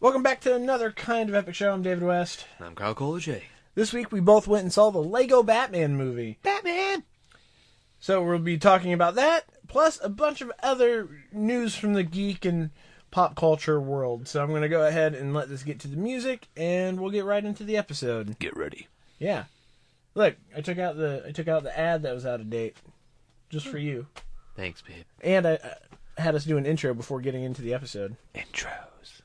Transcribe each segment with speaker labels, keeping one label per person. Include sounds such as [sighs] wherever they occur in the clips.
Speaker 1: Welcome back to another kind of epic show. I'm David West.
Speaker 2: And I'm Kyle Colache.
Speaker 1: This week we both went and saw the Lego Batman movie.
Speaker 2: Batman!
Speaker 1: So we'll be talking about that, plus a bunch of other news from the geek and pop culture world. So I'm going to go ahead and let this get to the music, and we'll get right into the episode.
Speaker 2: Get ready.
Speaker 1: Yeah, look, I took out the I took out the ad that was out of date, just for you,
Speaker 2: Thanks, babe.
Speaker 1: and I, I had us do an intro before getting into the episode.
Speaker 2: Intros.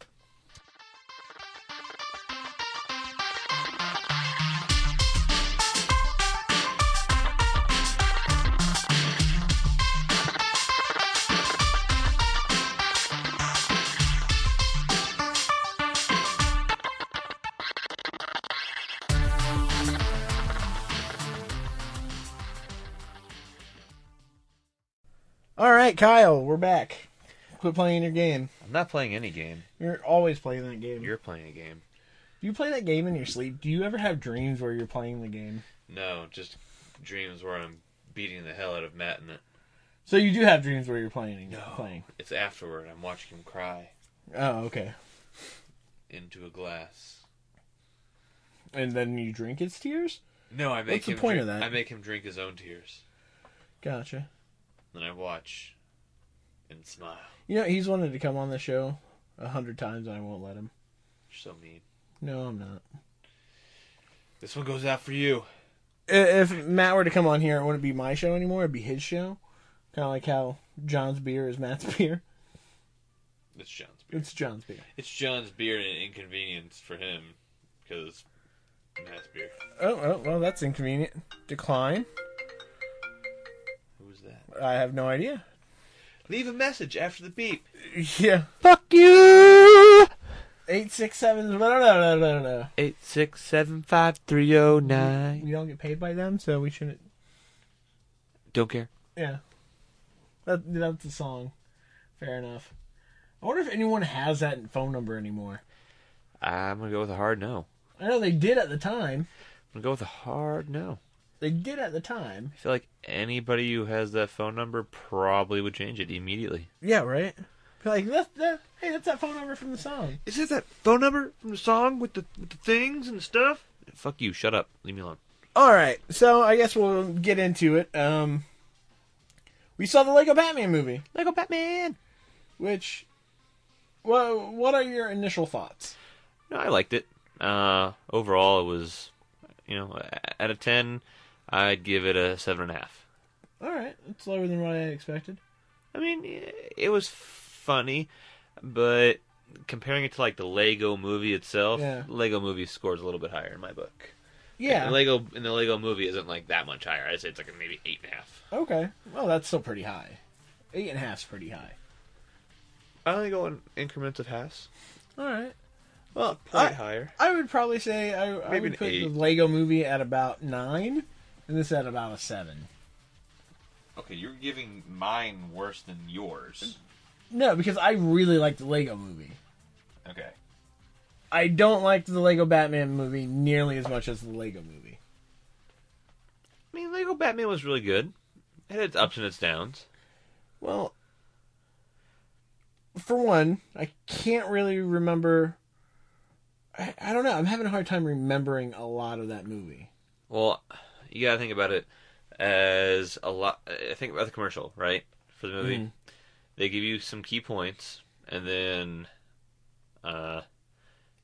Speaker 1: All right, Kyle, we're back. Quit playing your game.
Speaker 2: I'm not playing any game.
Speaker 1: You're always playing that game.
Speaker 2: You're playing a game.
Speaker 1: Do you play that game in your sleep? Do you ever have dreams where you're playing the game?
Speaker 2: No, just dreams where I'm beating the hell out of Matt and it.
Speaker 1: So you do have dreams where you're playing. Playing.
Speaker 2: It's afterward. I'm watching him cry
Speaker 1: Oh, okay.
Speaker 2: into a glass.
Speaker 1: And then you drink its tears?
Speaker 2: No, I make
Speaker 1: What's the
Speaker 2: him
Speaker 1: point
Speaker 2: drink,
Speaker 1: of that?
Speaker 2: I make him drink his own tears.
Speaker 1: Gotcha.
Speaker 2: Then I watch and smile.
Speaker 1: You know, he's wanted to come on the show a hundred times and I won't let him.
Speaker 2: You're so mean.
Speaker 1: No, I'm not.
Speaker 2: This one goes out for you.
Speaker 1: If Matt were to come on here, it wouldn't be my show anymore. It'd be his show. Kind of like how John's beer is Matt's [laughs] beer.
Speaker 2: It's John's beer.
Speaker 1: It's John's beer.
Speaker 2: It's John's beer and an inconvenience for him because Matt's beer.
Speaker 1: Oh, oh well, that's inconvenient. Decline?
Speaker 2: Who's that?
Speaker 1: I have no idea. [laughs]
Speaker 2: Leave a message after the beep.
Speaker 1: Yeah.
Speaker 2: Fuck you!
Speaker 1: Eight six seven. Blah, blah, blah, blah, blah.
Speaker 2: Eight six seven five three oh nine.
Speaker 1: We don't get paid by them, so we shouldn't.
Speaker 2: Don't care.
Speaker 1: Yeah. That, that's the song. Fair enough. I wonder if anyone has that phone number anymore.
Speaker 2: I'm gonna go with a hard no.
Speaker 1: I know they did at the time.
Speaker 2: I'm gonna go with a hard no.
Speaker 1: They did at the time.
Speaker 2: I feel like anybody who has that phone number probably would change it immediately.
Speaker 1: Yeah, right. Like that, that. Hey, that's that phone number from the song.
Speaker 2: Is it that phone number from the song with the with the things and the stuff? Fuck you. Shut up. Leave me alone.
Speaker 1: All right, so I guess we'll get into it. Um, we saw the Lego Batman movie,
Speaker 2: Lego Batman.
Speaker 1: which. Well, what are your initial thoughts?
Speaker 2: No, I liked it. Uh, overall, it was, you know, a- out of ten, I'd give it a seven and a half.
Speaker 1: All right, it's lower than what I expected.
Speaker 2: I mean, it was funny, but comparing it to like the Lego Movie itself,
Speaker 1: Yeah.
Speaker 2: Lego Movie scores a little bit higher in my book.
Speaker 1: Yeah.
Speaker 2: The Lego in the Lego Movie isn't like that much higher. I'd say it's like maybe eight and a half.
Speaker 1: Okay. Well, that's still pretty high. Eight and a half's pretty high.
Speaker 2: I only go in increments of halves.
Speaker 1: All right. Well,
Speaker 2: Point
Speaker 1: I,
Speaker 2: higher.
Speaker 1: I would probably say I, I
Speaker 2: Maybe
Speaker 1: would
Speaker 2: an
Speaker 1: put the
Speaker 2: eight.
Speaker 1: Lego movie at about nine, and this at about a seven.
Speaker 2: Okay, you're giving mine worse than yours.
Speaker 1: No, because I really like the Lego movie.
Speaker 2: Okay.
Speaker 1: I don't like the Lego Batman movie nearly as much as the Lego movie.
Speaker 2: I mean, Lego Batman was really good. It had its ups and its downs.
Speaker 1: Well, for one, I can't really remember. I, I don't know. I'm having a hard time remembering a lot of that movie.
Speaker 2: Well, you gotta think about it as a lot. I think about the commercial, right, for the movie.
Speaker 1: Mhm.
Speaker 2: They give you some key points, and then uh,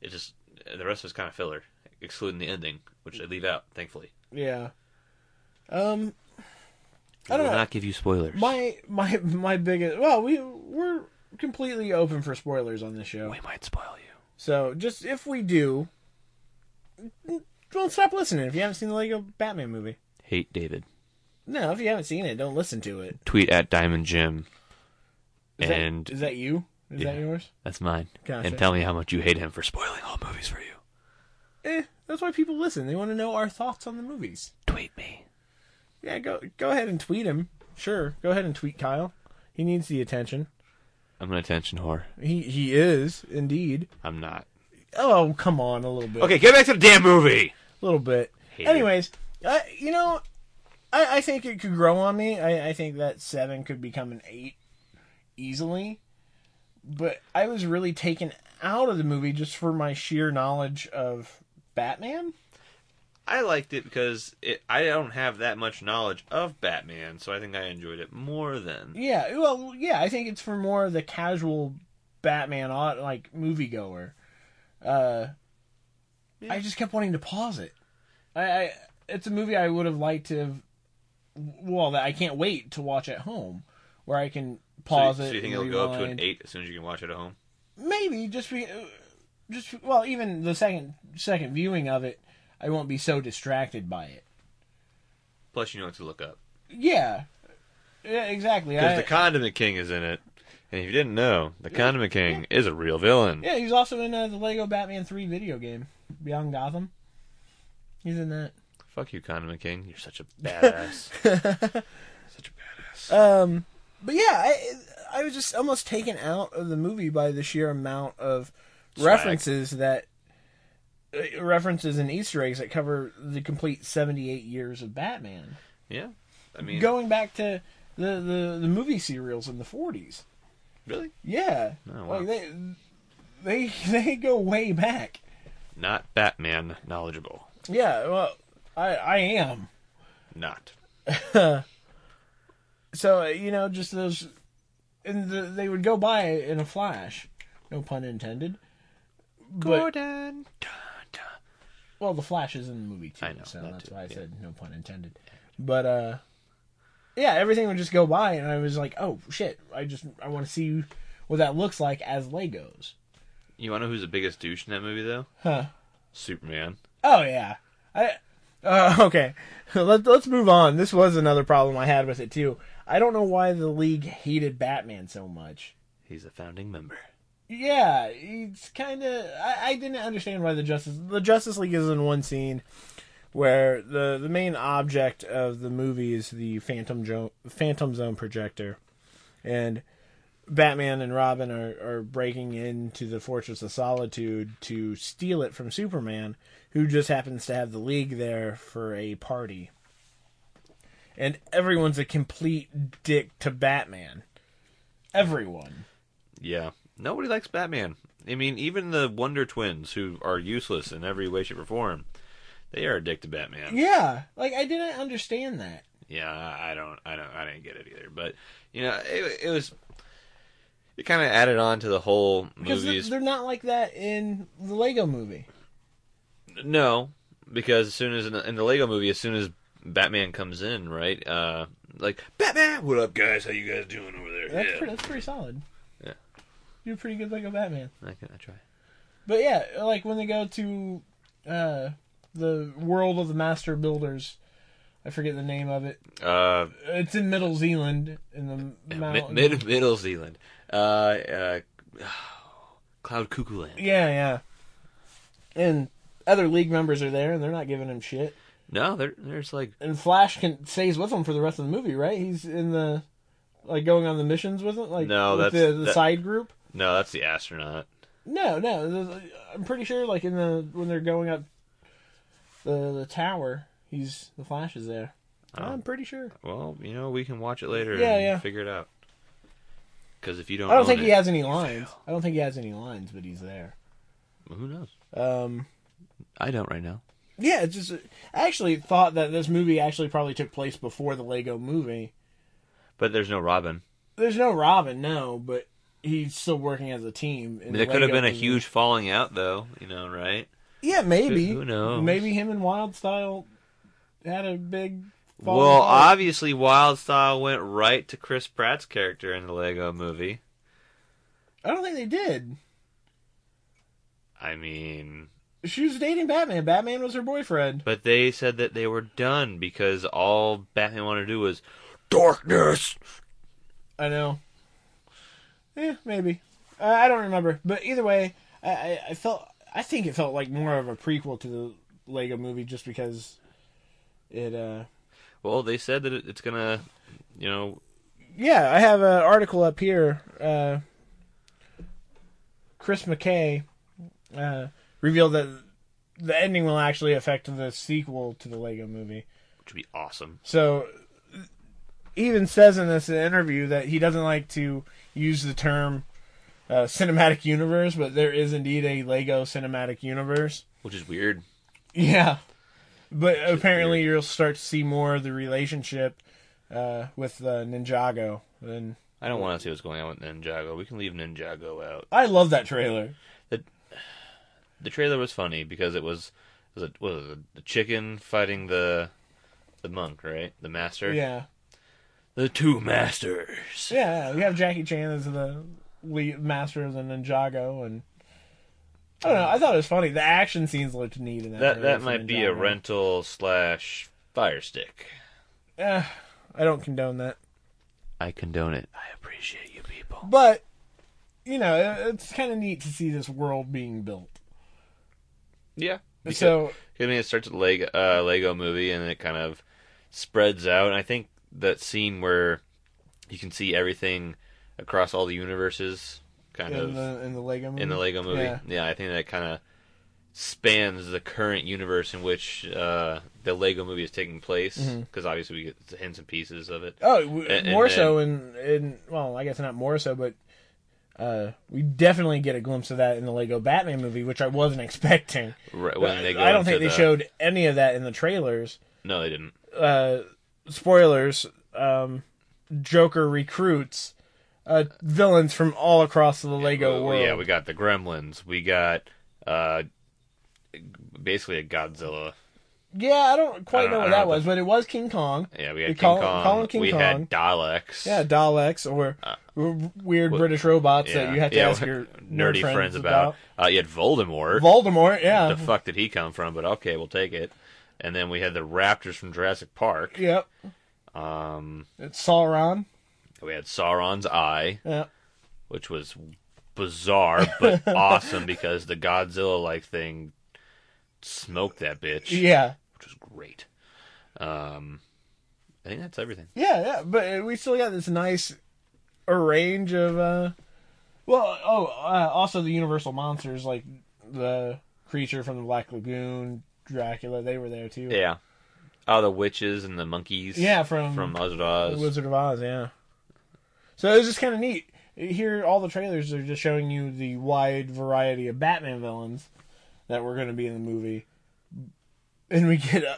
Speaker 2: it just the rest is kind of filler, excluding the ending, which they leave out, thankfully.
Speaker 1: Yeah. Um, I don't
Speaker 2: will
Speaker 1: know.
Speaker 2: not give you spoilers.
Speaker 1: My my my biggest well, we we're completely open for spoilers on this show.
Speaker 2: We might spoil you.
Speaker 1: So just if we do, don't stop listening. If you haven't seen the Lego Batman movie,
Speaker 2: Hate David.
Speaker 1: no, if you haven't seen it, don't listen to it.
Speaker 2: Tweet at Diamond Jim,
Speaker 1: Is
Speaker 2: and
Speaker 1: that, is that you? Is that
Speaker 2: Yeah.
Speaker 1: yours?
Speaker 2: that's mine.
Speaker 1: Gotcha.
Speaker 2: And tell me how much you hate him for spoiling all movies for you.
Speaker 1: Eh, that's why people listen. They want to know our thoughts on the movies.
Speaker 2: Tweet me.
Speaker 1: Yeah, go go ahead and tweet him. Sure, go ahead and tweet Kyle. He needs the attention.
Speaker 2: I'm an attention whore.
Speaker 1: He he is indeed.
Speaker 2: I'm not.
Speaker 1: Oh come on, a little bit.
Speaker 2: Okay, get back to the damn movie.
Speaker 1: little bit.
Speaker 2: Hate
Speaker 1: Anyways, I, you know, I, I think it could grow on me. I, I think that seven could become an eight easily. but I was really taken out of the movie just for my sheer knowledge of Batman.
Speaker 2: I liked it because it, I don't have that much knowledge of Batman, so I think I enjoyed it more than.
Speaker 1: Yeah, well, yeah, I think it's for more of the casual Batman au- like moviegoer. Uh,
Speaker 2: Yeah.
Speaker 1: I just kept wanting to pause it. I, I it's a movie I would have liked to have. Well, that I can't wait to watch at home, where I can pause
Speaker 2: so,
Speaker 1: it.
Speaker 2: so you think
Speaker 1: and
Speaker 2: it'll go up to an
Speaker 1: rewind.
Speaker 2: eight as soon as you can watch it at home?
Speaker 1: Maybe just be, just well, even the second second viewing of it, I won't be so distracted by it.
Speaker 2: Plus, you know what to look up
Speaker 1: Yeah, yeah, exactly.
Speaker 2: because
Speaker 1: I-
Speaker 2: the Condiment King is in it, and if you didn't know, the Condiment King is a real villain.
Speaker 1: Yeah, he's also in uh, the Lego Batman 3 video game, Beyond Gotham. He's in that.
Speaker 2: Fuck you, Condiment King. You're such a
Speaker 1: [laughs]
Speaker 2: badass. such a badass.
Speaker 1: Um, but yeah, I I was just almost taken out of the movie by the sheer amount of
Speaker 2: Swag.
Speaker 1: references that uh, references and Easter eggs that cover the complete 78 years of Batman,
Speaker 2: yeah, I mean,
Speaker 1: going back to the, the, the movie serials in the 40s.
Speaker 2: really
Speaker 1: Yeah,
Speaker 2: Oh, wow.
Speaker 1: like they they [laughs] they go way back.
Speaker 2: not Batman knowledgeable.
Speaker 1: Yeah, well, I I am.
Speaker 2: Not.
Speaker 1: So uh, you know, just those, and the, they would go by in a flash. No pun intended. But
Speaker 2: Gordon. Dun, dun.
Speaker 1: well, the Flash is in the movie too,
Speaker 2: I know,
Speaker 1: so
Speaker 2: that
Speaker 1: that's
Speaker 2: too,
Speaker 1: why I
Speaker 2: yeah.
Speaker 1: said no pun intended. But uh, yeah, everything would just go by, and I was like, oh shit, I just I want to see what that looks like as Legos.
Speaker 2: You want to know who's the biggest douche in that movie though?
Speaker 1: Huh.
Speaker 2: Superman.
Speaker 1: Oh yeah. I uh, [laughs] okay. Let let's move on. This was another problem I had with it too. I don't know why the league hated Batman so much.
Speaker 2: He's a founding member.
Speaker 1: Yeah, it's kind of. I, I didn't understand why the Justice the Justice League is in one scene where the the main object of the movie is the Phantom jo- Phantom Zone projector, and Batman and Robin are are breaking into the Fortress of Solitude to steal it from Superman, who just happens to have the League there for a party. And everyone's a complete dick to Batman. Everyone.
Speaker 2: Yeah. Nobody likes Batman. I mean, even the Wonder Twins, who are useless in every way, shape, or form, they are addicted to Batman.
Speaker 1: Yeah, like I didn't understand that.
Speaker 2: Yeah, I I don't, I don't, I didn't get it either. But you know, it, it was. It kind of added on to the whole
Speaker 1: Because they're,
Speaker 2: movies.
Speaker 1: they're not like that in the Lego movie.
Speaker 2: No, because as soon as in the, in the Lego movie, as soon as Batman comes in, right? Uh, like Batman, what up, guys? How you guys doing over there?
Speaker 1: That's
Speaker 2: yeah,
Speaker 1: pretty, that's pretty solid.
Speaker 2: Yeah.
Speaker 1: You're a pretty good Lego Batman.
Speaker 2: I can I try.
Speaker 1: But yeah, like when they go to uh, the world of the master builders, I forget the name of it.
Speaker 2: Uh,
Speaker 1: It's in Middle Zealand in the
Speaker 2: yeah,
Speaker 1: mountain.
Speaker 2: mid, Uh, mid Middle Zealand. Uh, uh, [sighs] Cloud Cuckoo Land.
Speaker 1: yeah, yeah. And other league members are there, and they're not giving him shit.
Speaker 2: No, there, there's like
Speaker 1: And Flash can stays with him for the rest of the movie, right? He's in the like going on the missions with him, like
Speaker 2: No,
Speaker 1: with
Speaker 2: that's-
Speaker 1: the, the
Speaker 2: that-
Speaker 1: side group.
Speaker 2: no. That's the astronaut.
Speaker 1: No, no. th- th- I'm pretty sure, like in the when they're going up the the tower, he's the Flash is there.
Speaker 2: Oh.
Speaker 1: I'm pretty sure.
Speaker 2: Well, you know, we can watch it later.
Speaker 1: Yeah,
Speaker 2: and
Speaker 1: yeah.
Speaker 2: Figure it out. Because if you don't,
Speaker 1: I don't
Speaker 2: own
Speaker 1: think
Speaker 2: it,
Speaker 1: he has any lines. I don't think he has any lines, but he's there.
Speaker 2: Who knows?
Speaker 1: Um,
Speaker 2: I don't right now.
Speaker 1: yeah, it's just I actually thought that this movie actually probably took place before the Lego movie.
Speaker 2: But there's no Robin.
Speaker 1: There's no Robin, no, but he's still working as a team. in
Speaker 2: I mean,
Speaker 1: the
Speaker 2: there could have
Speaker 1: Lego
Speaker 2: been a
Speaker 1: movie.
Speaker 2: huge falling out, though. You know, right?
Speaker 1: Yeah, maybe.
Speaker 2: Who- who knows?
Speaker 1: Maybe him and Wild Style had a big. falling
Speaker 2: well,
Speaker 1: out.
Speaker 2: obviously, Wild Style went right to Chris Pratt's character in the Lego Movie.
Speaker 1: I don't think they did.
Speaker 2: I mean,
Speaker 1: She was dating Batman. Batman was her boyfriend.
Speaker 2: but they said that they were done because all Batman wanted to do was darkness.
Speaker 1: I know. Yeah, maybe. Uh, I don't remember, but either way, I, I, I felt. I think it felt like more of a prequel to the Lego Movie, just because it. uh
Speaker 2: Well, they said that it- it's gonna, you know,
Speaker 1: Yeah, I have an article up here. Uh, Chris McKay uh, revealed that the ending will actually affect the sequel to the Lego Movie.
Speaker 2: which would be awesome.
Speaker 1: So he even says in this interview that he doesn't like to use the term uh, cinematic universe, but there is indeed a Lego cinematic universe. [laughs]
Speaker 2: which is weird.
Speaker 1: Yeah, but apparently you'll start to see more of the relationship uh, with uh, Ninjago. And
Speaker 2: I don't want to see what's going on with Ninjago. We can leave Ninjago out.
Speaker 1: I love that trailer.
Speaker 2: The trailer was funny because it was it was a, what was it, the chicken fighting the the monk, right? The master.
Speaker 1: Yeah,
Speaker 2: The two masters.
Speaker 1: yeah. You have Jackie Chan as the lead master of the Ninjago, and I don't know. I thought it was funny. The action scenes looked neat in that.
Speaker 2: That
Speaker 1: trailer
Speaker 2: that
Speaker 1: for
Speaker 2: might be a
Speaker 1: Ninjago.
Speaker 2: rental slash fire stick.
Speaker 1: Eh, I don't condone that.
Speaker 2: I condone it. I appreciate you people.
Speaker 1: but you know it- it's kind of neat to see this world being built
Speaker 2: Yeah. Because,
Speaker 1: so
Speaker 2: I mean, it starts with Lego, uh, Lego movie, and then it kind of spreads out. And I think that scene where you can see everything across all the universes, kind
Speaker 1: in
Speaker 2: of
Speaker 1: the, in the lego movie
Speaker 2: in the Lego movie.
Speaker 1: Mm, yeah.
Speaker 2: Yeah, I think that kind of spans the current universe in which uh, the Lego movie is taking place,
Speaker 1: Mhm.
Speaker 2: because obviously we get the hints and pieces of it.
Speaker 1: oh w
Speaker 2: And-
Speaker 1: more
Speaker 2: and-
Speaker 1: so in in well i guess not more so but uh, we definitely get a glimpse of that in the Lego Batman movie, which I wasn't [laughs] expecting.
Speaker 2: Right when they go
Speaker 1: I don't
Speaker 2: into
Speaker 1: think they
Speaker 2: the-
Speaker 1: showed any of that in the trailers.
Speaker 2: No, they didn't.
Speaker 1: Uh, spoilers: um, Joker recruits uh, villains from all across the Lego
Speaker 2: Well,
Speaker 1: world.
Speaker 2: Yeah, we got the Gremlins. We got uh, basically a Godzilla.
Speaker 1: Yeah, I don't quite
Speaker 2: I don't-
Speaker 1: know
Speaker 2: I
Speaker 1: what
Speaker 2: don't
Speaker 1: that
Speaker 2: know what
Speaker 1: was, but it was King Kong.
Speaker 2: Yeah, we had
Speaker 1: We
Speaker 2: King
Speaker 1: call-
Speaker 2: Kong.
Speaker 1: call him King
Speaker 2: we
Speaker 1: Kong.
Speaker 2: had Daleks.
Speaker 1: Yeah, Daleks or w- weird British robots
Speaker 2: Yeah.
Speaker 1: that you have to
Speaker 2: Yeah,
Speaker 1: ask your
Speaker 2: nerdy friends, about. Uh, you had Voldemort.
Speaker 1: Voldemort, yeah.
Speaker 2: the fuck did he come from? But okay, we'll take it. And then we had the Raptors from Jurassic Park.
Speaker 1: yep.
Speaker 2: Um,
Speaker 1: It's Sauron.
Speaker 2: we had Sauron's Eye,
Speaker 1: Yeah.
Speaker 2: which was bizarre
Speaker 1: [laughs]
Speaker 2: but awesome because the Godzilla-like thing smoked that bitch,
Speaker 1: Yeah.
Speaker 2: which was great. Um, I think that's everything.
Speaker 1: Yeah, yeah, but we still got this nice range of uh well, oh, uh, also the universal monsters like the creature from the Black Lagoon, Dracula, they were there too.
Speaker 2: Yeah. Oh, the witches and the monkeys.
Speaker 1: Yeah, from
Speaker 2: From Oz. of Oz.
Speaker 1: The Wizard of Oz, yeah. So it was just kind of neat. Here, all the trailers are just showing you the wide variety of Batman villains that were going to be in the movie, and we get uh,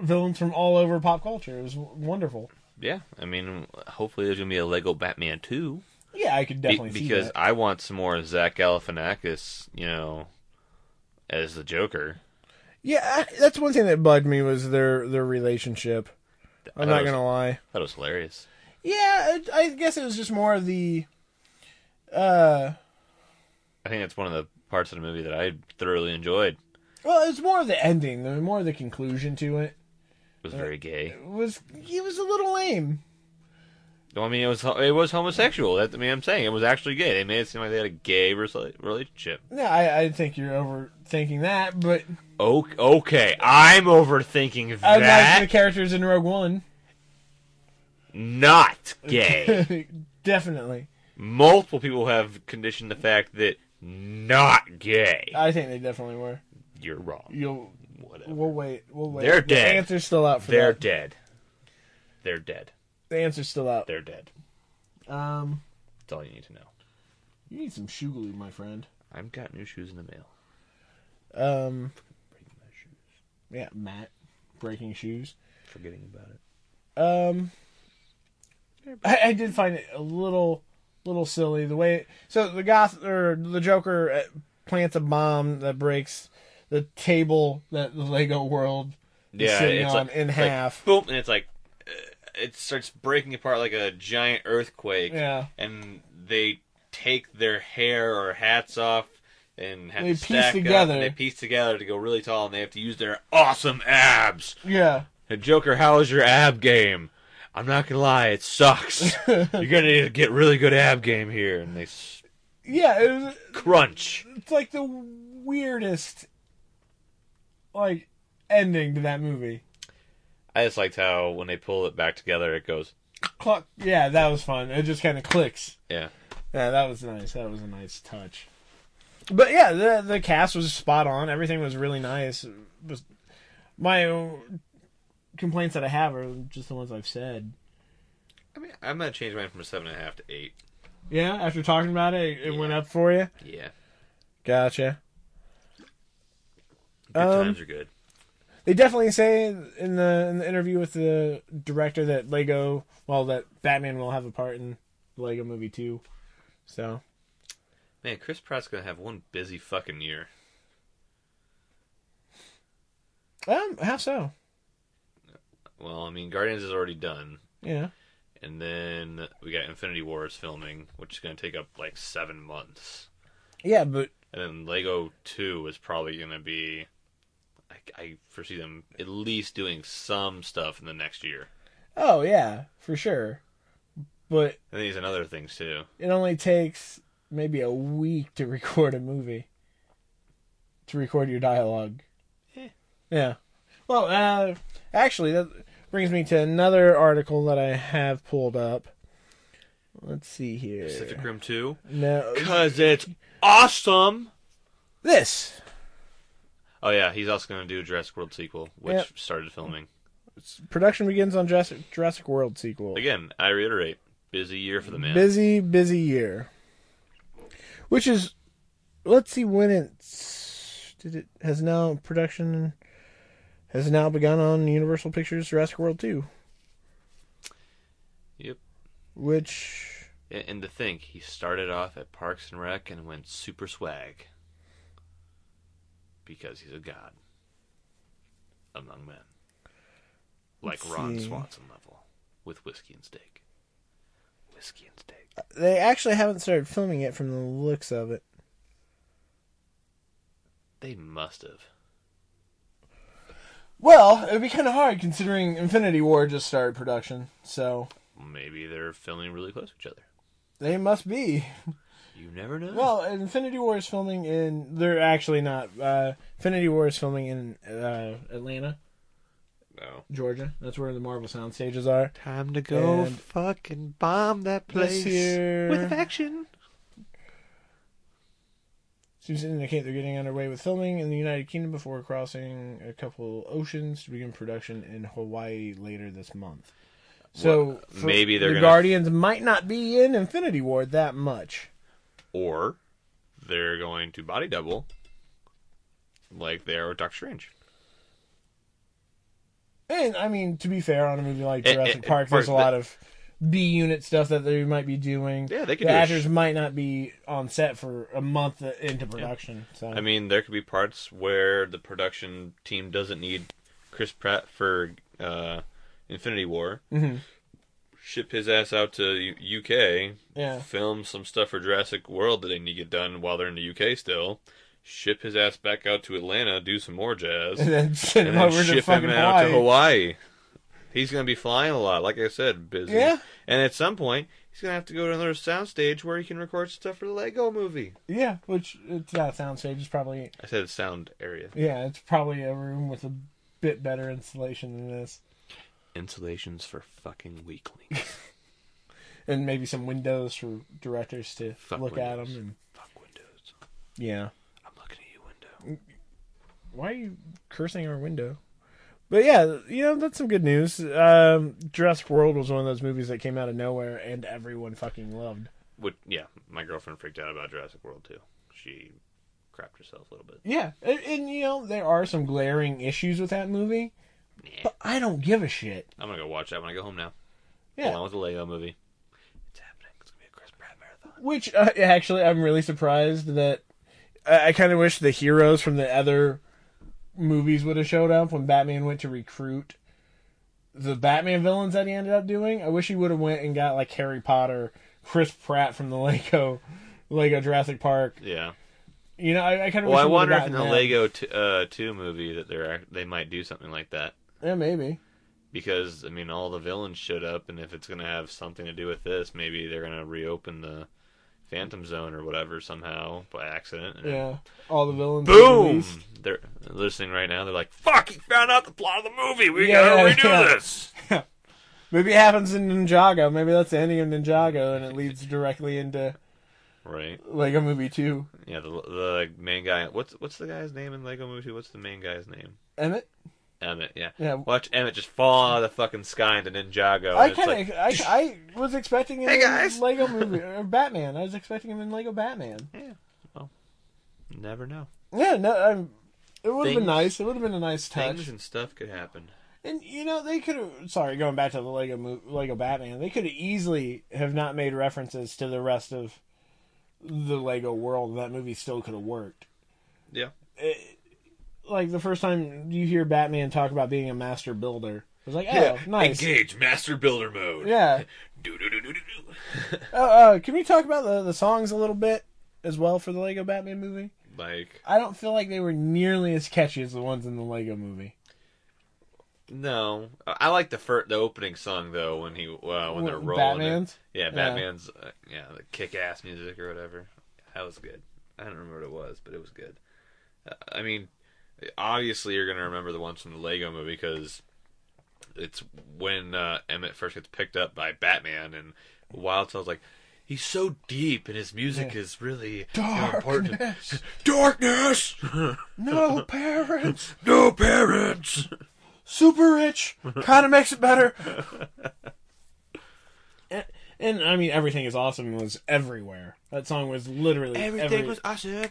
Speaker 1: villains from all over pop culture. It was w- wonderful.
Speaker 2: Yeah, I mean, hopefully there's gonna be a Lego Batman too,
Speaker 1: Yeah, I could
Speaker 2: be-
Speaker 1: definitely see
Speaker 2: because
Speaker 1: that.
Speaker 2: I want some more Zach Galifianakis, you know, as the Joker.
Speaker 1: Yeah, I- that's one thing that bugged me was their their relationship. I'm
Speaker 2: thought
Speaker 1: not
Speaker 2: it was-
Speaker 1: gonna lie.
Speaker 2: That was hilarious.
Speaker 1: Yeah, I I guess it was just more of the. Uh,
Speaker 2: I think that's one of the parts of the movie that I thoroughly enjoyed. It
Speaker 1: well, it's more of the ending, the more of the conclusion to it.
Speaker 2: was
Speaker 1: Uh,
Speaker 2: very gay.
Speaker 1: was he was a little lame.
Speaker 2: Well, I mean, it was it was homosexual. That, I mean, I'm saying it was actually gay. They made it seem like they had a gay rela- relationship.
Speaker 1: No, I, I think you're overthinking that, but
Speaker 2: O- okay, I'm overthinking
Speaker 1: I like
Speaker 2: that.
Speaker 1: the characters in Rogue One. [laughs]
Speaker 2: Not gay.
Speaker 1: definitely.
Speaker 2: multiple people have conditioned the fact that not gay.
Speaker 1: I think they definitely were.
Speaker 2: You're wrong.
Speaker 1: You'll
Speaker 2: Whatever.
Speaker 1: we'll wait. We'll wait.
Speaker 2: They're
Speaker 1: the
Speaker 2: dead.
Speaker 1: answer's still out for
Speaker 2: They're
Speaker 1: that.
Speaker 2: dead. They're dead.
Speaker 1: The answer's still out.
Speaker 2: They're dead.
Speaker 1: Um
Speaker 2: That's all you need to know.
Speaker 1: you need some shoe glue, my friend.
Speaker 2: I've got new shoes in the mail.
Speaker 1: Um
Speaker 2: Breaking my shoes.
Speaker 1: yeah, Matt breaking shoes.
Speaker 2: Forgetting about it.
Speaker 1: Um, I, I did find it a little, little silly the way. So the goth or the Joker uh, plants a bomb that breaks the table that the Lego world is
Speaker 2: Yeah,
Speaker 1: sitting
Speaker 2: it's
Speaker 1: on
Speaker 2: like,
Speaker 1: in
Speaker 2: it's like,
Speaker 1: half.
Speaker 2: boom, and it's like uh, it starts breaking apart like a giant earthquake.
Speaker 1: yeah,
Speaker 2: And they take their hair or hats off. And have
Speaker 1: They piece
Speaker 2: to stack up, and
Speaker 1: together.
Speaker 2: they piece together to go really tall, and they have to use their awesome abs.
Speaker 1: yeah. [laughs]
Speaker 2: Hey, Joker, how is your ab game? I'm not gonna lie,
Speaker 1: [laughs]
Speaker 2: it sucks. You're gonna need to get really good ab game here. And they s-
Speaker 1: Yeah, it was,
Speaker 2: crunch.
Speaker 1: it's like the weirdest, like, ending to that movie.
Speaker 2: I just liked how when they pull it back together, it goes.
Speaker 1: Clock. Yeah, that was fun. It just kind of clicks.
Speaker 2: Yeah,
Speaker 1: Yeah, that was nice. That was a nice touch. But yeah, the the cast was spot on. Everything was really nice. It was my own complaints that I have are just the ones I've said.
Speaker 2: I mean, I'm gonna change mine from a seven and a half to eight.
Speaker 1: Yeah, after talking about it, it went up for you.
Speaker 2: Yeah.
Speaker 1: Gotcha.
Speaker 2: Good
Speaker 1: Um,
Speaker 2: times are good.
Speaker 1: They definitely say in the in the interview with the director that Lego, well, that Batman will have a part in the Lego Movie too. So
Speaker 2: Man, Chris Pratt's gonna have one busy fucking year.
Speaker 1: Um, how so?
Speaker 2: Well, I mean, Guardians is already done,
Speaker 1: Yeah.
Speaker 2: and then we got Infinity Wars filming, which is gonna take up like seven months,
Speaker 1: Yeah, but
Speaker 2: and then Lego Two is probably gonna be. I, I foresee them at least doing some stuff in the next year.
Speaker 1: oh yeah, for sure. But
Speaker 2: And these and other things too.
Speaker 1: it only takes maybe a week to [laughs] record a movie. To record your dialogue.
Speaker 2: Yeah.
Speaker 1: Yeah. Well, uh actually that brings me to another article that I have pulled up. Let's see here.
Speaker 2: Pacific Rim Two,
Speaker 1: No.
Speaker 2: cause it's awesome.
Speaker 1: This.
Speaker 2: Oh yeah, he's also gonna do a Jurassic World sequel, which
Speaker 1: Yep.
Speaker 2: started filming.
Speaker 1: Production begins on Jurassic, Jurassic World sequel.
Speaker 2: Again, I reiterate, busy year for the man.
Speaker 1: Busy, busy year. Which is, let's see when it's did it has now production has now begun on Universal Pictures Jurassic World two.
Speaker 2: Yep.
Speaker 1: Which
Speaker 2: And, and to think, he started off at Parks and Rec and went super swag. Because he's a god. Among men. Like
Speaker 1: Let's
Speaker 2: Ron
Speaker 1: see.
Speaker 2: Swanson level. With whiskey and steak. Whiskey and steak.
Speaker 1: they actually haven't started filming yet from the looks of it.
Speaker 2: They must have.
Speaker 1: Well, it would be kind of hard considering Infinity War just started production, so
Speaker 2: Maybe they're filming really close to each other.
Speaker 1: they must be.
Speaker 2: You never know.
Speaker 1: Well, Infinity War is filming in. They're actually not. Uh, Infinity War is filming in uh, Atlanta,
Speaker 2: no.
Speaker 1: Georgia. That's where the Marvel sound stages are.
Speaker 2: Time to
Speaker 1: go And-
Speaker 2: fucking bomb that
Speaker 1: place here- with
Speaker 2: action.
Speaker 1: Seems to indicate they're getting underway with filming in the United Kingdom before crossing a couple oceans to begin production in Hawaii later this month. So
Speaker 2: Well,
Speaker 1: for-
Speaker 2: maybe they're
Speaker 1: the
Speaker 2: gonna-
Speaker 1: Guardians might not be in Infinity War that much.
Speaker 2: Or they're going to body double like they are with Doctor Strange.
Speaker 1: And I mean, to be fair, on a movie like
Speaker 2: Eh, eh,
Speaker 1: Jurassic
Speaker 2: eh,
Speaker 1: Park, there's a
Speaker 2: Park-
Speaker 1: lot of B unit stuff that they might be doing.
Speaker 2: Yeah, they could
Speaker 1: the
Speaker 2: do a
Speaker 1: actors
Speaker 2: sh-
Speaker 1: might not be on set for a month into production. So
Speaker 2: I mean, there could be parts where the production team doesn't need Chris Pratt for uh, Infinity War.
Speaker 1: Mhm.
Speaker 2: Ship his ass out to U- UK.
Speaker 1: Yeah.
Speaker 2: Film some stuff for Jurassic World that they need to get done while they're in the UK still. Ship his ass back out to Atlanta, do some
Speaker 1: [laughs]
Speaker 2: more
Speaker 1: [laughs]
Speaker 2: jazz,
Speaker 1: and then send
Speaker 2: and
Speaker 1: him
Speaker 2: then
Speaker 1: over to
Speaker 2: ship
Speaker 1: fucking
Speaker 2: him out to
Speaker 1: Hawaii.
Speaker 2: Hawaii. He's gonna be flying a lot, like I said, busy.
Speaker 1: Yeah.
Speaker 2: And at some point, he's gonna have to go to another soundstage where he can record stuff for the Lego Movie.
Speaker 1: Yeah, which it's not soundstage. It's probably
Speaker 2: I said sound area.
Speaker 1: yeah, it's probably a room with a bit better insulation than this,
Speaker 2: Insulations for fucking [laughs] weaklings.
Speaker 1: and maybe some windows for directors to
Speaker 2: Fuck
Speaker 1: look at 'em at
Speaker 2: windows.
Speaker 1: them. And
Speaker 2: Fuck Windows.
Speaker 1: yeah,
Speaker 2: I'm looking at you, Window.
Speaker 1: why are you cursing our window? But yeah, you know that's some good news. Um, Jurassic World was one of those movies that came out of nowhere and everyone fucking loved.
Speaker 2: Which, yeah, my girlfriend freaked out about Jurassic World too. She crapped herself a little bit.
Speaker 1: Yeah, and, and you know there are some glaring issues with that movie,
Speaker 2: Nah.
Speaker 1: but I don't give a shit.
Speaker 2: I'm gonna go watch that when I go home now.
Speaker 1: Yeah.
Speaker 2: Along with the Lego Movie. It's happening. It's gonna be a Chris Pratt marathon.
Speaker 1: Which uh, actually, I'm really surprised that I, I kind of wish the heroes from the other movies would have showed up when Batman went to recruit the Batman villains that he ended up doing. I wish he would have went and got like Harry Potter, Chris Pratt from the Lego Lego Jurassic Park.
Speaker 2: Yeah.
Speaker 1: You know, I, I kind of.
Speaker 2: Well,
Speaker 1: wish
Speaker 2: I
Speaker 1: he would've
Speaker 2: wonder if in
Speaker 1: gotten
Speaker 2: the
Speaker 1: that.
Speaker 2: Lego t- uh, Two movie that they're act- they might do something like that
Speaker 1: Yeah, maybe.
Speaker 2: because I mean all the villains showed up, and if it's gonna have something to do with this, maybe they're gonna reopen the Phantom Zone or whatever somehow by accident. and
Speaker 1: Yeah, all the villains. were
Speaker 2: Boom!
Speaker 1: released.
Speaker 2: They're listening right now. They're like, "Fuck! He found out the plot of the movie. We
Speaker 1: Yeah,
Speaker 2: gotta redo
Speaker 1: yeah.
Speaker 2: this."
Speaker 1: Maybe it happens in Ninjago. Maybe that's the ending of Ninjago, and it leads directly into
Speaker 2: Right?
Speaker 1: Lego Movie Two.
Speaker 2: Yeah. The the main guy. What's what's the guy's name in Lego Movie? What's the main guy's name?
Speaker 1: Emmett.
Speaker 2: Emmett, yeah.
Speaker 1: Yeah.
Speaker 2: Watch Emmett just fall out of the fucking sky into Ninjago. and
Speaker 1: I
Speaker 2: it's like-
Speaker 1: kind [laughs] of I, I was expecting him
Speaker 2: Hey,
Speaker 1: in [laughs]
Speaker 2: guys.
Speaker 1: Lego movie or Batman. I was expecting him in Lego Batman.
Speaker 2: never know.
Speaker 1: Yeah, no, I'm, it would have been
Speaker 2: Things-
Speaker 1: nice. It would have been a nice touch.
Speaker 2: Things and stuff could happen.
Speaker 1: And you know they could have. Sorry, going back to the Lego mo- Lego Batman, they could have easily have not made references to the rest of the Lego world. and That movie still could have worked.
Speaker 2: Yeah.
Speaker 1: It- like the first time you hear Batman talk about being a master builder, it was like, oh, nice.
Speaker 2: Engage Master Builder mode.
Speaker 1: Yeah.
Speaker 2: Do do do do do do.
Speaker 1: Oh, uh, can we talk about the the songs a little bit as well for the Lego Batman movie?
Speaker 2: [laughs] Like
Speaker 1: I don't feel like they were nearly as catchy as the ones in the Lego movie.
Speaker 2: no, I I like the first, the opening song though when he uh, when they're rolling. it.
Speaker 1: Batman's.
Speaker 2: Yeah, Batman's uh, yeah the kick ass music or whatever. That was good. I don't remember what it was, but it was good. Uh, I mean, obviously you're gonna remember the ones from the Lego movie because it's when uh, Emmett first gets picked up by Batman and Wild Tail's like. He's so deep, and his music
Speaker 1: Yeah.
Speaker 2: is really you know, important.
Speaker 1: Darkness,
Speaker 2: Darkness, [laughs]
Speaker 1: no parents.
Speaker 2: no parents.
Speaker 1: super rich kind of makes it
Speaker 2: [laughs]
Speaker 1: better and, and i mean everything is awesome was everywhere that song was literally everything was
Speaker 2: awesome.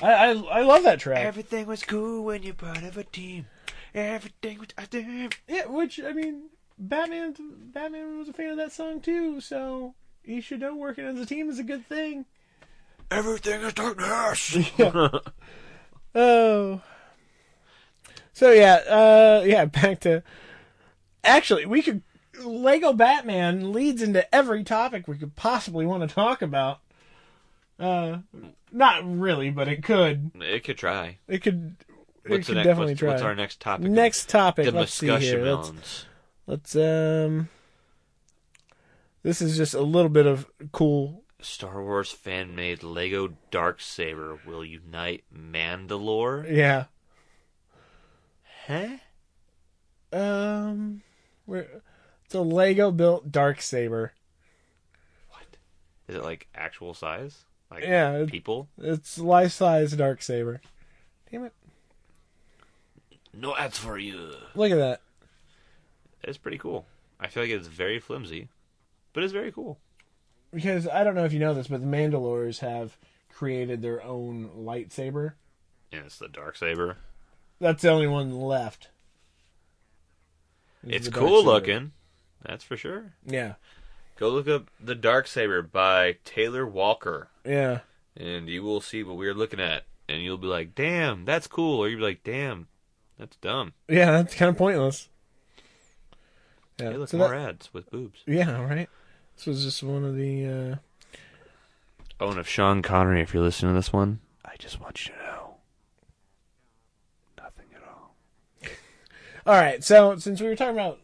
Speaker 1: I, I i love that track
Speaker 2: Everything was cool when you're part of a team. Everything was awesome.
Speaker 1: yeah which i mean batman batman was a fan of that song too so he should know working as a team is a good thing
Speaker 2: Everything
Speaker 1: [laughs]
Speaker 2: is darkness.
Speaker 1: Oh. So yeah, uh yeah, [laughs] back to Actually, we could Lego Batman leads into every topic we could possibly want to talk about. Uh not really, but it could.
Speaker 2: it could try.
Speaker 1: It could it
Speaker 2: What's
Speaker 1: could
Speaker 2: the next?
Speaker 1: definitely
Speaker 2: What's,
Speaker 1: try.
Speaker 2: what's our next topic?
Speaker 1: Next topic,
Speaker 2: the
Speaker 1: let's see here. Let's,
Speaker 2: Muscushions.
Speaker 1: let's um This is just a little bit of cool
Speaker 2: Star Wars fan made Lego Dark Saber will unite Mandalore.
Speaker 1: yeah.
Speaker 2: Huh?
Speaker 1: Um we're it's a Lego built dark saber.
Speaker 2: What? Is it like actual size? Like
Speaker 1: Yeah, it-
Speaker 2: people?
Speaker 1: It's life size dark saber. Damn it!
Speaker 2: No ads for you.
Speaker 1: Look at that.
Speaker 2: It's pretty cool. I feel like it's very flimsy, but it's very cool.
Speaker 1: Because I don't know if you know this, but the Mandalores have created their own lightsaber.
Speaker 2: And it's the dark saber.
Speaker 1: That's the only one left. Is
Speaker 2: It's
Speaker 1: the dark
Speaker 2: cool
Speaker 1: saber.
Speaker 2: looking. That's for sure.
Speaker 1: Yeah,
Speaker 2: Go look up The Dark Saber by Taylor Walker
Speaker 1: yeah,
Speaker 2: and you will see what we're looking at and you'll be like, "Damn, that's cool." Or you'll be like, "Damn, that's dumb."
Speaker 1: yeah. That's kind of pointless. Yeah,
Speaker 2: Hey, look,
Speaker 1: so
Speaker 2: more
Speaker 1: that-
Speaker 2: ads with boobs.
Speaker 1: yeah, right. This was just one of the. Uh...
Speaker 2: Oh, and if Sean Connery, if you're listening to this one, I just want you to know nothing at all.
Speaker 1: All right, so since we were talking about,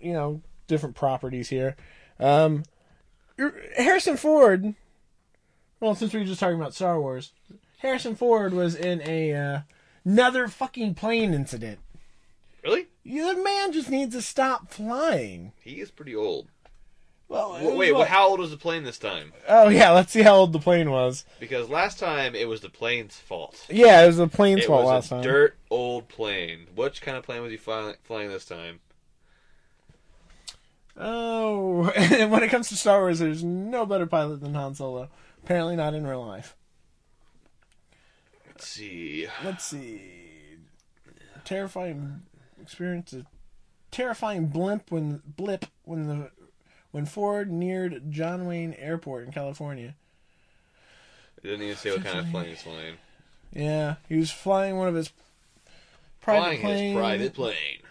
Speaker 1: you know, different properties here, um, Harrison Ford. Well, since we were just talking about Star Wars, Harrison Ford was in a uh, another fucking plane incident.
Speaker 2: Really?
Speaker 1: You- The man just needs to stop flying.
Speaker 2: He is pretty old.
Speaker 1: Well, it
Speaker 2: Wait,
Speaker 1: was
Speaker 2: wait well,
Speaker 1: like-
Speaker 2: how old was the plane this time?
Speaker 1: Oh yeah, let's see how old the plane was.
Speaker 2: Because last time it was the plane's fault.
Speaker 1: Yeah, it was the plane's
Speaker 2: It
Speaker 1: fault
Speaker 2: was
Speaker 1: last
Speaker 2: a
Speaker 1: time.
Speaker 2: dirt old plane. Which kind of plane was he flying, flying this time?
Speaker 1: Oh, [laughs] and when it comes to Star Wars, there's no better pilot than Han Solo. Apparently, not in real life.
Speaker 2: Let's see.
Speaker 1: let's see. Terrifying experience a terrifying blimp when blip when the when Ford neared John Wayne Airport in California.
Speaker 2: It didn't even say what kind of plane he's flying.
Speaker 1: Yeah, he was flying one of his private
Speaker 2: Flying
Speaker 1: planes.
Speaker 2: his private plane.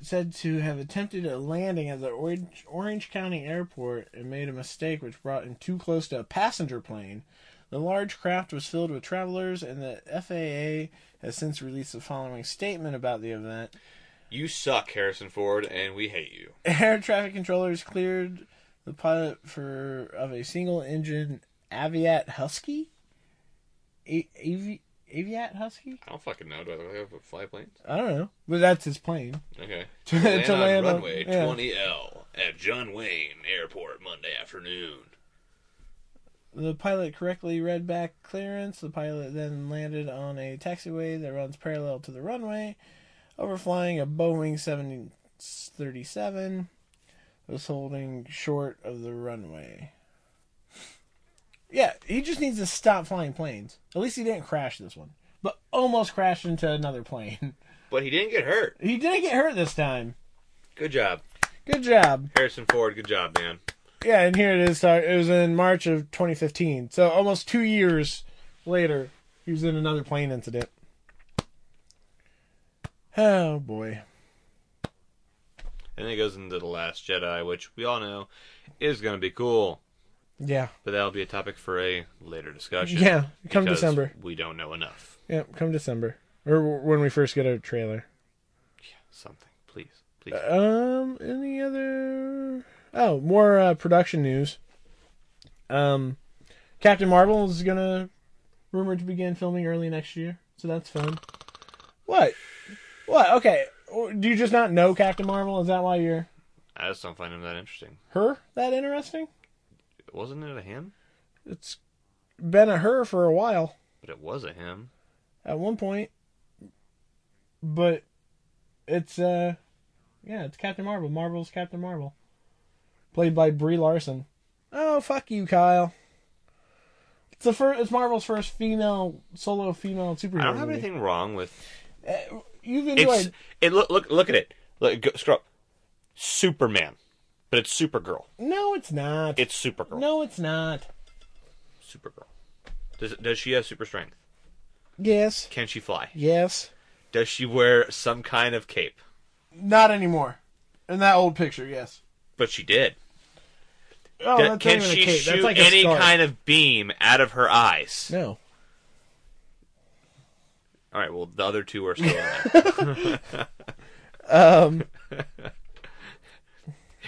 Speaker 1: Said to have attempted a landing at the Orange, Orange County Airport and made a mistake, which brought him too close to a passenger plane. The large craft was filled with travelers, and the FAA has since released the following statement about the event.
Speaker 2: You suck, Harrison Ford, and we hate you.
Speaker 1: air traffic controllers cleared the pilot for of a single engine Aviat Husky. A- Avi- Aviat Husky?
Speaker 2: I don't fucking know. Do I look like I fly planes?
Speaker 1: I don't know, but that's his plane.
Speaker 2: Okay.
Speaker 1: [laughs] To-
Speaker 2: land
Speaker 1: to
Speaker 2: on
Speaker 1: land on-
Speaker 2: runway
Speaker 1: yeah.
Speaker 2: 20L at John Wayne Airport Monday afternoon.
Speaker 1: The pilot correctly read back clearance. The pilot then landed on a taxiway that runs parallel to the runway, overflying a Boeing 737. that Was holding short of the runway. Yeah, he just needs to stop flying planes. At least he didn't crash this one, but almost crashed into another plane. [laughs]
Speaker 2: But he didn't get hurt.
Speaker 1: he didn't get hurt this time.
Speaker 2: Good job,
Speaker 1: Good job.
Speaker 2: Harrison Ford. Good job, man.
Speaker 1: Yeah, and here it is. uh, It was in March of 2015, so almost two years later, he was in another plane incident. Oh boy.
Speaker 2: And then it goes into the Last Jedi, which we all know is going to be cool.
Speaker 1: Yeah.
Speaker 2: But that'll be a topic for a later discussion.
Speaker 1: Yeah. Come
Speaker 2: because
Speaker 1: December.
Speaker 2: We don't know enough.
Speaker 1: Yeah. Come December, or w- when we first get a trailer.
Speaker 2: Something, please, please.
Speaker 1: Um, any other? Oh, more uh, production news. Um, Captain Marvel is gonna rumored to begin filming early next year, so that's fun. What? What? Okay. Or- Do you just not know Captain Marvel? Is that why you're
Speaker 2: I just don't find him that interesting.
Speaker 1: her that interesting?
Speaker 2: Wasn't it a him?
Speaker 1: It's been a her for a while
Speaker 2: But it was a him.
Speaker 1: at one point, but it's uh, yeah, it's Captain Marvel. Marvel's Captain Marvel, played by Brie Larson. Oh fuck you, Kyle. It's the first. It's Marvel's first female solo female superhero.
Speaker 2: I don't have
Speaker 1: movie.
Speaker 2: anything wrong with
Speaker 1: You've enjoyed.
Speaker 2: it's. It look look look at it. Look, go, scroll. Superman, but it's Supergirl.
Speaker 1: No, it's not.
Speaker 2: It's Supergirl.
Speaker 1: no, it's not.
Speaker 2: Supergirl. Does does she have super strength?
Speaker 1: Yes.
Speaker 2: Can she fly?
Speaker 1: Yes.
Speaker 2: Does she wear some kind of cape?
Speaker 1: Not anymore. In that old picture, yes.
Speaker 2: But she did.
Speaker 1: Oh,
Speaker 2: D-
Speaker 1: that's
Speaker 2: can
Speaker 1: not even
Speaker 2: she
Speaker 1: a cape.
Speaker 2: shoot
Speaker 1: that's like
Speaker 2: any
Speaker 1: a scarf.
Speaker 2: kind of beam out of her eyes?
Speaker 1: No.
Speaker 2: All right. Well, the other two are still alive.
Speaker 1: Um.
Speaker 2: [laughs]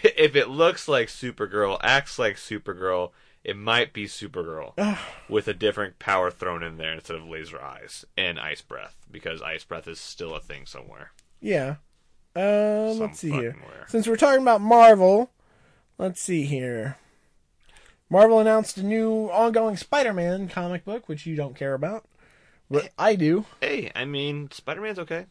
Speaker 2: if it looks like Supergirl, acts like Supergirl, it might
Speaker 1: [sighs]
Speaker 2: be Supergirl with a different power thrown in there instead of laser eyes and ice breath because ice breath is still a thing somewhere.
Speaker 1: Yeah. Um,
Speaker 2: Some
Speaker 1: let's see here.
Speaker 2: fucking where.
Speaker 1: Since we're talking about Marvel, let's see here. Marvel announced a new ongoing Spider-Man comic book, which you don't care about, but I do.
Speaker 2: Hey, I mean, Spider Man's okay.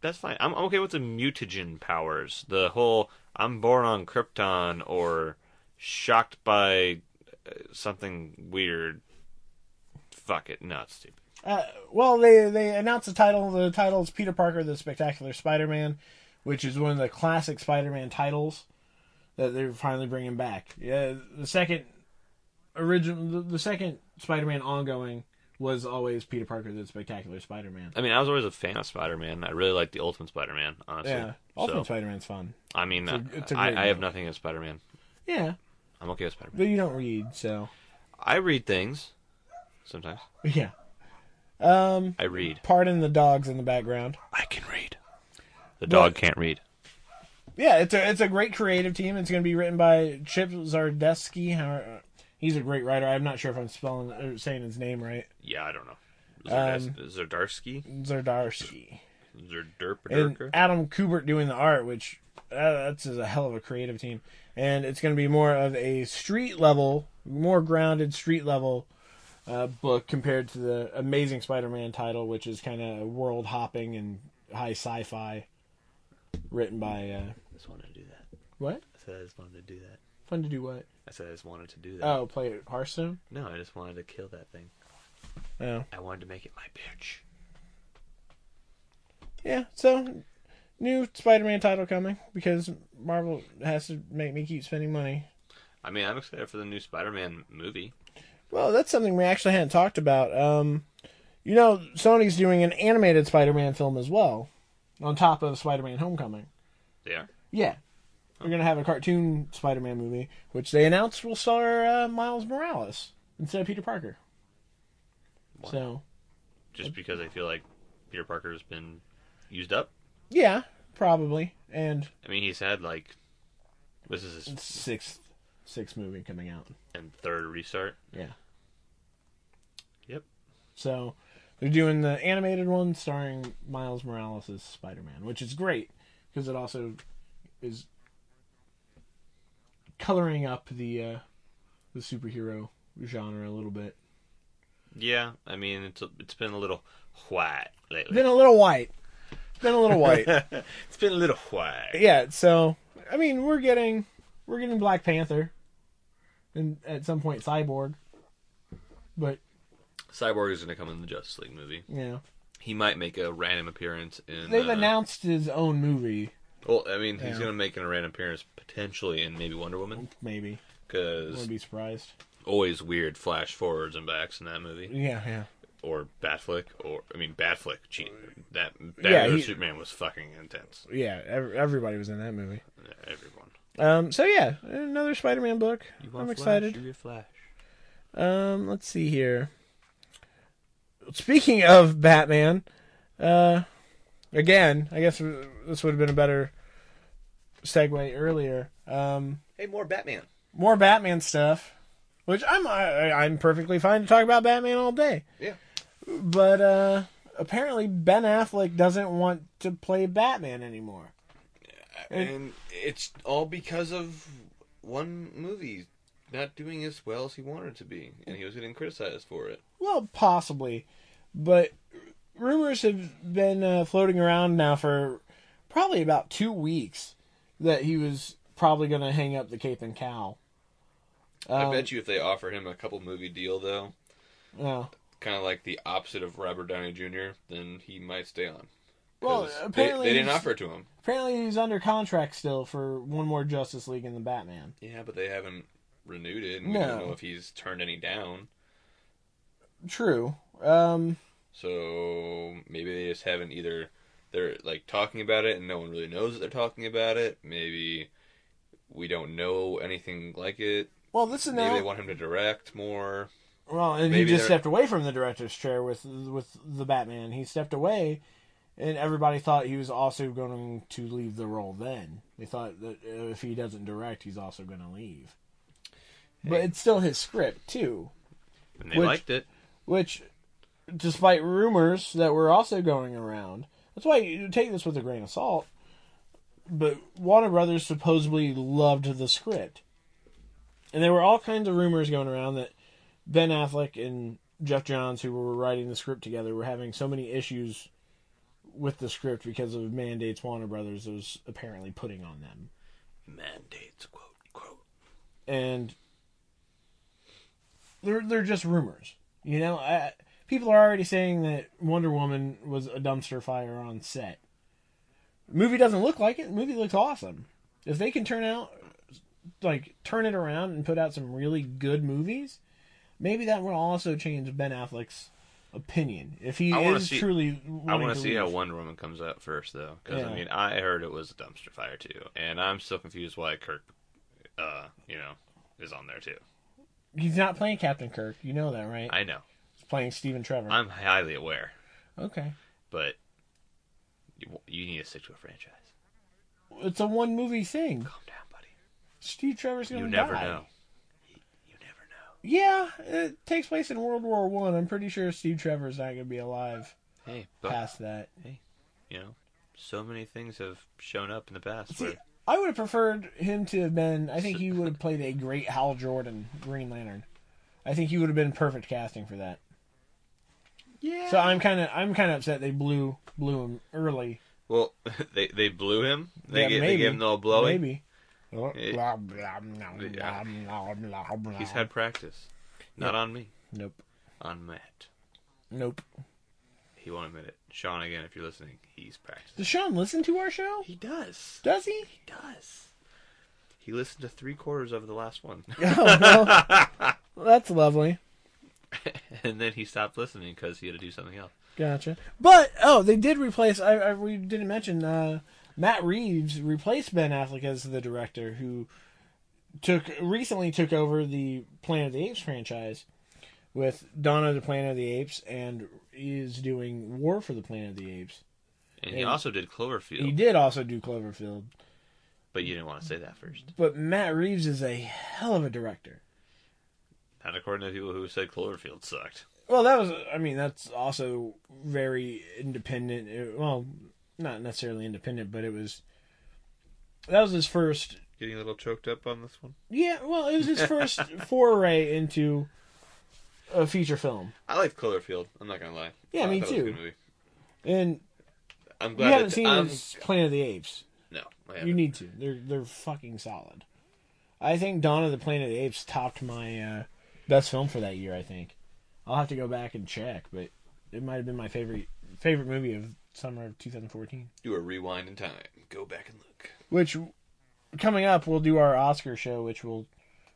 Speaker 2: That's fine. I'm I'm okay with the mutagen powers. The whole I'm born on Krypton or shocked by uh, something weird. Fuck it. No, it's stupid.
Speaker 1: Uh, well, they they announced the title. The title is Peter Parker: The Spectacular Spider-Man, which is one of the classic Spider-Man titles that they're finally bringing back. Yeah, the second original, the, the second Spider-Man ongoing was always Peter Parker: The Spectacular Spider-Man.
Speaker 2: I mean, I was always a fan of Spider Man. I really liked the Ultimate Spider Man, honestly.
Speaker 1: Yeah, Ultimate
Speaker 2: So-
Speaker 1: Spider-Man's fun.
Speaker 2: I mean,
Speaker 1: It's a- it's a
Speaker 2: I
Speaker 1: great
Speaker 2: I have
Speaker 1: novel.
Speaker 2: nothing against Spider Man.
Speaker 1: Yeah,
Speaker 2: I'm okay with Spider Man.
Speaker 1: but you don't read, so
Speaker 2: I read things sometimes.
Speaker 1: yeah. Um,
Speaker 2: I read.
Speaker 1: pardon the dogs in the background.
Speaker 2: I can read. The dog can't read.
Speaker 1: Yeah, it's a it's a great creative team. It's going to be written by Chip Zardesky. How- He's a great writer. I'm not sure if I'm spelling or saying his name right.
Speaker 2: Yeah, I don't know. Zardes-
Speaker 1: Um,
Speaker 2: Zardarsky?
Speaker 1: Zardarsky and
Speaker 2: Zerderpaderka?
Speaker 1: Adam Kubert doing the art, which uh, that's a hell of a creative team. And it's going to be more of a street level, more grounded street level uh, book compared to the Amazing Spider-Man title, which is kind of world hopping and high sci-fi, written by uh,
Speaker 2: I just wanted to do that.
Speaker 1: what?
Speaker 2: I said I just wanted to do that.
Speaker 1: Fun to do what?
Speaker 2: I said I just wanted to do that.
Speaker 1: Oh, play Hearthstone.
Speaker 2: No, I just wanted to kill that thing.
Speaker 1: Oh.
Speaker 2: I wanted to make it my bitch.
Speaker 1: Yeah, so new Spider-Man title coming because Marvel has to make me keep spending money.
Speaker 2: I mean, I'm excited for the new Spider-Man movie.
Speaker 1: Well, that's something we actually hadn't talked about. Um, you know, Sony's doing an animated Spider-Man film as well, on top of Spider-Man: Homecoming.
Speaker 2: They are.
Speaker 1: Yeah, we're gonna have a cartoon Spider-Man movie, which they announced will star uh, Miles Morales instead of Peter Parker.
Speaker 2: Why?
Speaker 1: So,
Speaker 2: Just because I feel like Peter Parker's been used up.
Speaker 1: yeah, probably, and
Speaker 2: I mean, he's had like this is his
Speaker 1: sixth sixth movie coming out.
Speaker 2: and third restart.
Speaker 1: Yeah.
Speaker 2: Yep.
Speaker 1: So they're doing the animated one starring Miles Morales as Spider Man, which is great because it also is coloring up the uh, the superhero genre a little bit.
Speaker 2: Yeah, I mean it's it's been a little white lately.
Speaker 1: Been a little white. Been a little white.
Speaker 2: it's been a little white.
Speaker 1: yeah. So I mean, we're getting we're getting Black Panther, and at some point Cyborg. But
Speaker 2: Cyborg is going to come in the Justice League movie.
Speaker 1: you know,
Speaker 2: He might make a random appearance in.
Speaker 1: they've
Speaker 2: uh,
Speaker 1: announced his own movie.
Speaker 2: Well, I mean, he's
Speaker 1: Yeah.
Speaker 2: going to make a random appearance potentially in maybe Wonder Woman
Speaker 1: Maybe
Speaker 2: because
Speaker 1: wouldn't be surprised.
Speaker 2: always weird flash forwards and backs in that movie
Speaker 1: Yeah, yeah.
Speaker 2: or Batflick or I mean Batflick. Gee, that that
Speaker 1: Yeah,
Speaker 2: other
Speaker 1: he-
Speaker 2: Superman was fucking intense.
Speaker 1: Yeah, ev- everybody was in that movie.
Speaker 2: Everyone.
Speaker 1: Um, so yeah, another Spider-Man book. I'm excited.
Speaker 2: You flash.
Speaker 1: Um, let's see here. Speaking of Batman, uh, again, I guess this would have been a better segue earlier. Um,
Speaker 2: Hey, more Batman.
Speaker 1: more Batman stuff, which I'm I, I'm perfectly fine to talk about Batman all day.
Speaker 2: Yeah.
Speaker 1: But uh, apparently Ben Affleck doesn't want to play Batman anymore.
Speaker 2: And it's all because of one movie not doing as well as he wanted to be, and he was getting criticized for it.
Speaker 1: Well, possibly, but rumors have been uh, floating around now for probably about two weeks that he was probably going to hang up the cape and cowl. Um,
Speaker 2: I bet you if they offer him a couple movie deal though,
Speaker 1: Oh.
Speaker 2: kind of like the opposite of Robert Downey Jr., then he might stay on. 'Cause
Speaker 1: Well,
Speaker 2: they-
Speaker 1: apparently
Speaker 2: they, didn't
Speaker 1: he's-
Speaker 2: offer it to him.
Speaker 1: apparently he's under contract still for one more Justice League and the Batman.
Speaker 2: Yeah, but they haven't renewed it, and we don't
Speaker 1: No.
Speaker 2: know if he's turned any down.
Speaker 1: True. Um,
Speaker 2: So maybe they just haven't either. They're like talking about it, and no one really knows that they're talking about it. Maybe we don't know anything like it.
Speaker 1: well, this is
Speaker 2: Maybe they
Speaker 1: now.
Speaker 2: want him to direct more.
Speaker 1: Well, and he
Speaker 2: maybe
Speaker 1: just
Speaker 2: they're-
Speaker 1: stepped away from the director's chair with with the Batman. He stepped away, and everybody thought he was also going to leave the role. Then they thought that uh, if he doesn't direct, he's also going to leave. But it's still his script too,
Speaker 2: And they
Speaker 1: Which-
Speaker 2: liked it.
Speaker 1: which, despite rumors that were also going around, that's why you take this with a grain of salt. But Warner Brothers supposedly loved the script, and there were all kinds of rumors going around that Ben Affleck and Jeff Johns, who were writing the script together, were having so many issues with the script because of mandates Warner Brothers was apparently putting on them.
Speaker 2: Mandates, quote, quote.
Speaker 1: and they're they're just rumors. You know, I, people are already saying that Wonder Woman was a dumpster fire on set. Movie doesn't look like it. Movie looks awesome. If they can turn out, like turn it around and put out some really good movies, maybe that will also change Ben Affleck's opinion. If he
Speaker 2: I wanna
Speaker 1: is
Speaker 2: see-
Speaker 1: truly,
Speaker 2: I
Speaker 1: wanting
Speaker 2: want to see
Speaker 1: leave.
Speaker 2: how Wonder Woman comes out first, though, because
Speaker 1: Yeah.
Speaker 2: I mean, I heard it was a dumpster fire too, and I'm still confused why Kirk, uh, you know, is on there too.
Speaker 1: he's not playing Captain Kirk. You know that, right?
Speaker 2: I know,
Speaker 1: he's playing Stephen Trevor.
Speaker 2: I'm highly aware,
Speaker 1: okay,
Speaker 2: but you, you need to stick to a franchise.
Speaker 1: it's a one movie thing.
Speaker 2: Calm down, buddy.
Speaker 1: Steve Trevor's gonna
Speaker 2: You never
Speaker 1: die.
Speaker 2: know. You never know.
Speaker 1: Yeah, it takes place in World War One. I'm pretty sure Steve Trevor's not gonna be alive
Speaker 2: Hey, but
Speaker 1: past that.
Speaker 2: you know, so many things have shown up in the past.
Speaker 1: See,
Speaker 2: where-
Speaker 1: I would have preferred him to have been. I
Speaker 2: [laughs]
Speaker 1: think he would have played a great Hal Jordan Green Lantern. I think he would have been perfect casting for that.
Speaker 2: yeah.
Speaker 1: So I'm kind of I'm kind of upset they blew blew him early.
Speaker 2: well, [laughs] they they blew him. They
Speaker 1: Yeah,
Speaker 2: gave, they
Speaker 1: maybe.
Speaker 2: gave him the old blowing.
Speaker 1: Maybe. Blah,
Speaker 2: Eh,
Speaker 1: blah, blah, blah,
Speaker 2: yeah.
Speaker 1: blah, blah, blah.
Speaker 2: He's had practice. Not on me.
Speaker 1: nope,
Speaker 2: On Matt.
Speaker 1: nope.
Speaker 2: He won't admit it. Sean, again, if you're listening, he's practicing.
Speaker 1: Does Sean listen to our show?
Speaker 2: He does.
Speaker 1: Does he? [laughs]
Speaker 2: He does. He listened to three quarters of the last one,
Speaker 1: Oh, well, that's lovely.
Speaker 2: [laughs] and then he stopped listening because he had to do something else.
Speaker 1: Gotcha. But oh, they did replace. I, I we didn't mention uh, Matt Reeves replaced Ben Affleck as the director, who took recently took over the Planet of the Apes franchise with Dawn of the Planet of the Apes, and is doing War for the Planet of the Apes.
Speaker 2: And he
Speaker 1: And-
Speaker 2: also did Cloverfield,
Speaker 1: He did also do Cloverfield,
Speaker 2: but you didn't want to say that first.
Speaker 1: but Matt Reeves is a hell of a director.
Speaker 2: Not according to people who said Cloverfield sucked.
Speaker 1: Well, that was. I mean, that's also very independent. It- well, not necessarily independent, but it was. That was his first
Speaker 2: Getting a little choked up on this one. [laughs]
Speaker 1: Yeah, well, it was his first foray into a feature film.
Speaker 2: I liked Cloverfield. I'm not gonna lie.
Speaker 1: Yeah,
Speaker 2: I
Speaker 1: me
Speaker 2: thought it was a
Speaker 1: too.
Speaker 2: good movie.
Speaker 1: And
Speaker 2: I'm glad
Speaker 1: you haven't
Speaker 2: it's-
Speaker 1: seen
Speaker 2: I'm-
Speaker 1: his Planet of the Apes.
Speaker 2: No, I
Speaker 1: You
Speaker 2: haven't.
Speaker 1: need to. They're they're fucking solid. I think Dawn of the Planet of the Apes topped my uh, best film for that year. I think I'll have to go back and check, but it might have been my favorite favorite movie of summer of 2014.
Speaker 2: do a rewind in time. Go back and look.
Speaker 1: Which coming up, we'll do our Oscar show, which will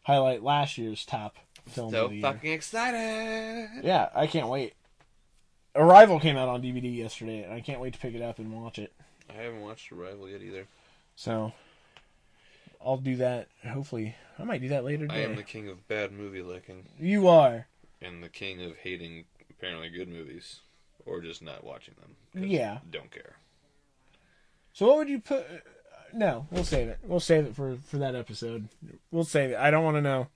Speaker 1: highlight last year's top film
Speaker 2: So
Speaker 1: of the year.
Speaker 2: fucking excited.
Speaker 1: Yeah, I can't wait. Arrival came out on DVD yesterday, and I can't wait to pick it up and watch it.
Speaker 2: I haven't watched Arrival yet either.
Speaker 1: So I'll do that. Hopefully, I might do that later
Speaker 2: I
Speaker 1: today.
Speaker 2: am the king of bad movie liking
Speaker 1: You are.
Speaker 2: and the king of hating apparently good movies or just not watching them. 'cause
Speaker 1: Yeah.
Speaker 2: Don't care.
Speaker 1: So what would you put? uh, No, we'll save it. We'll save it for for that episode. We'll save it. I don't want to know.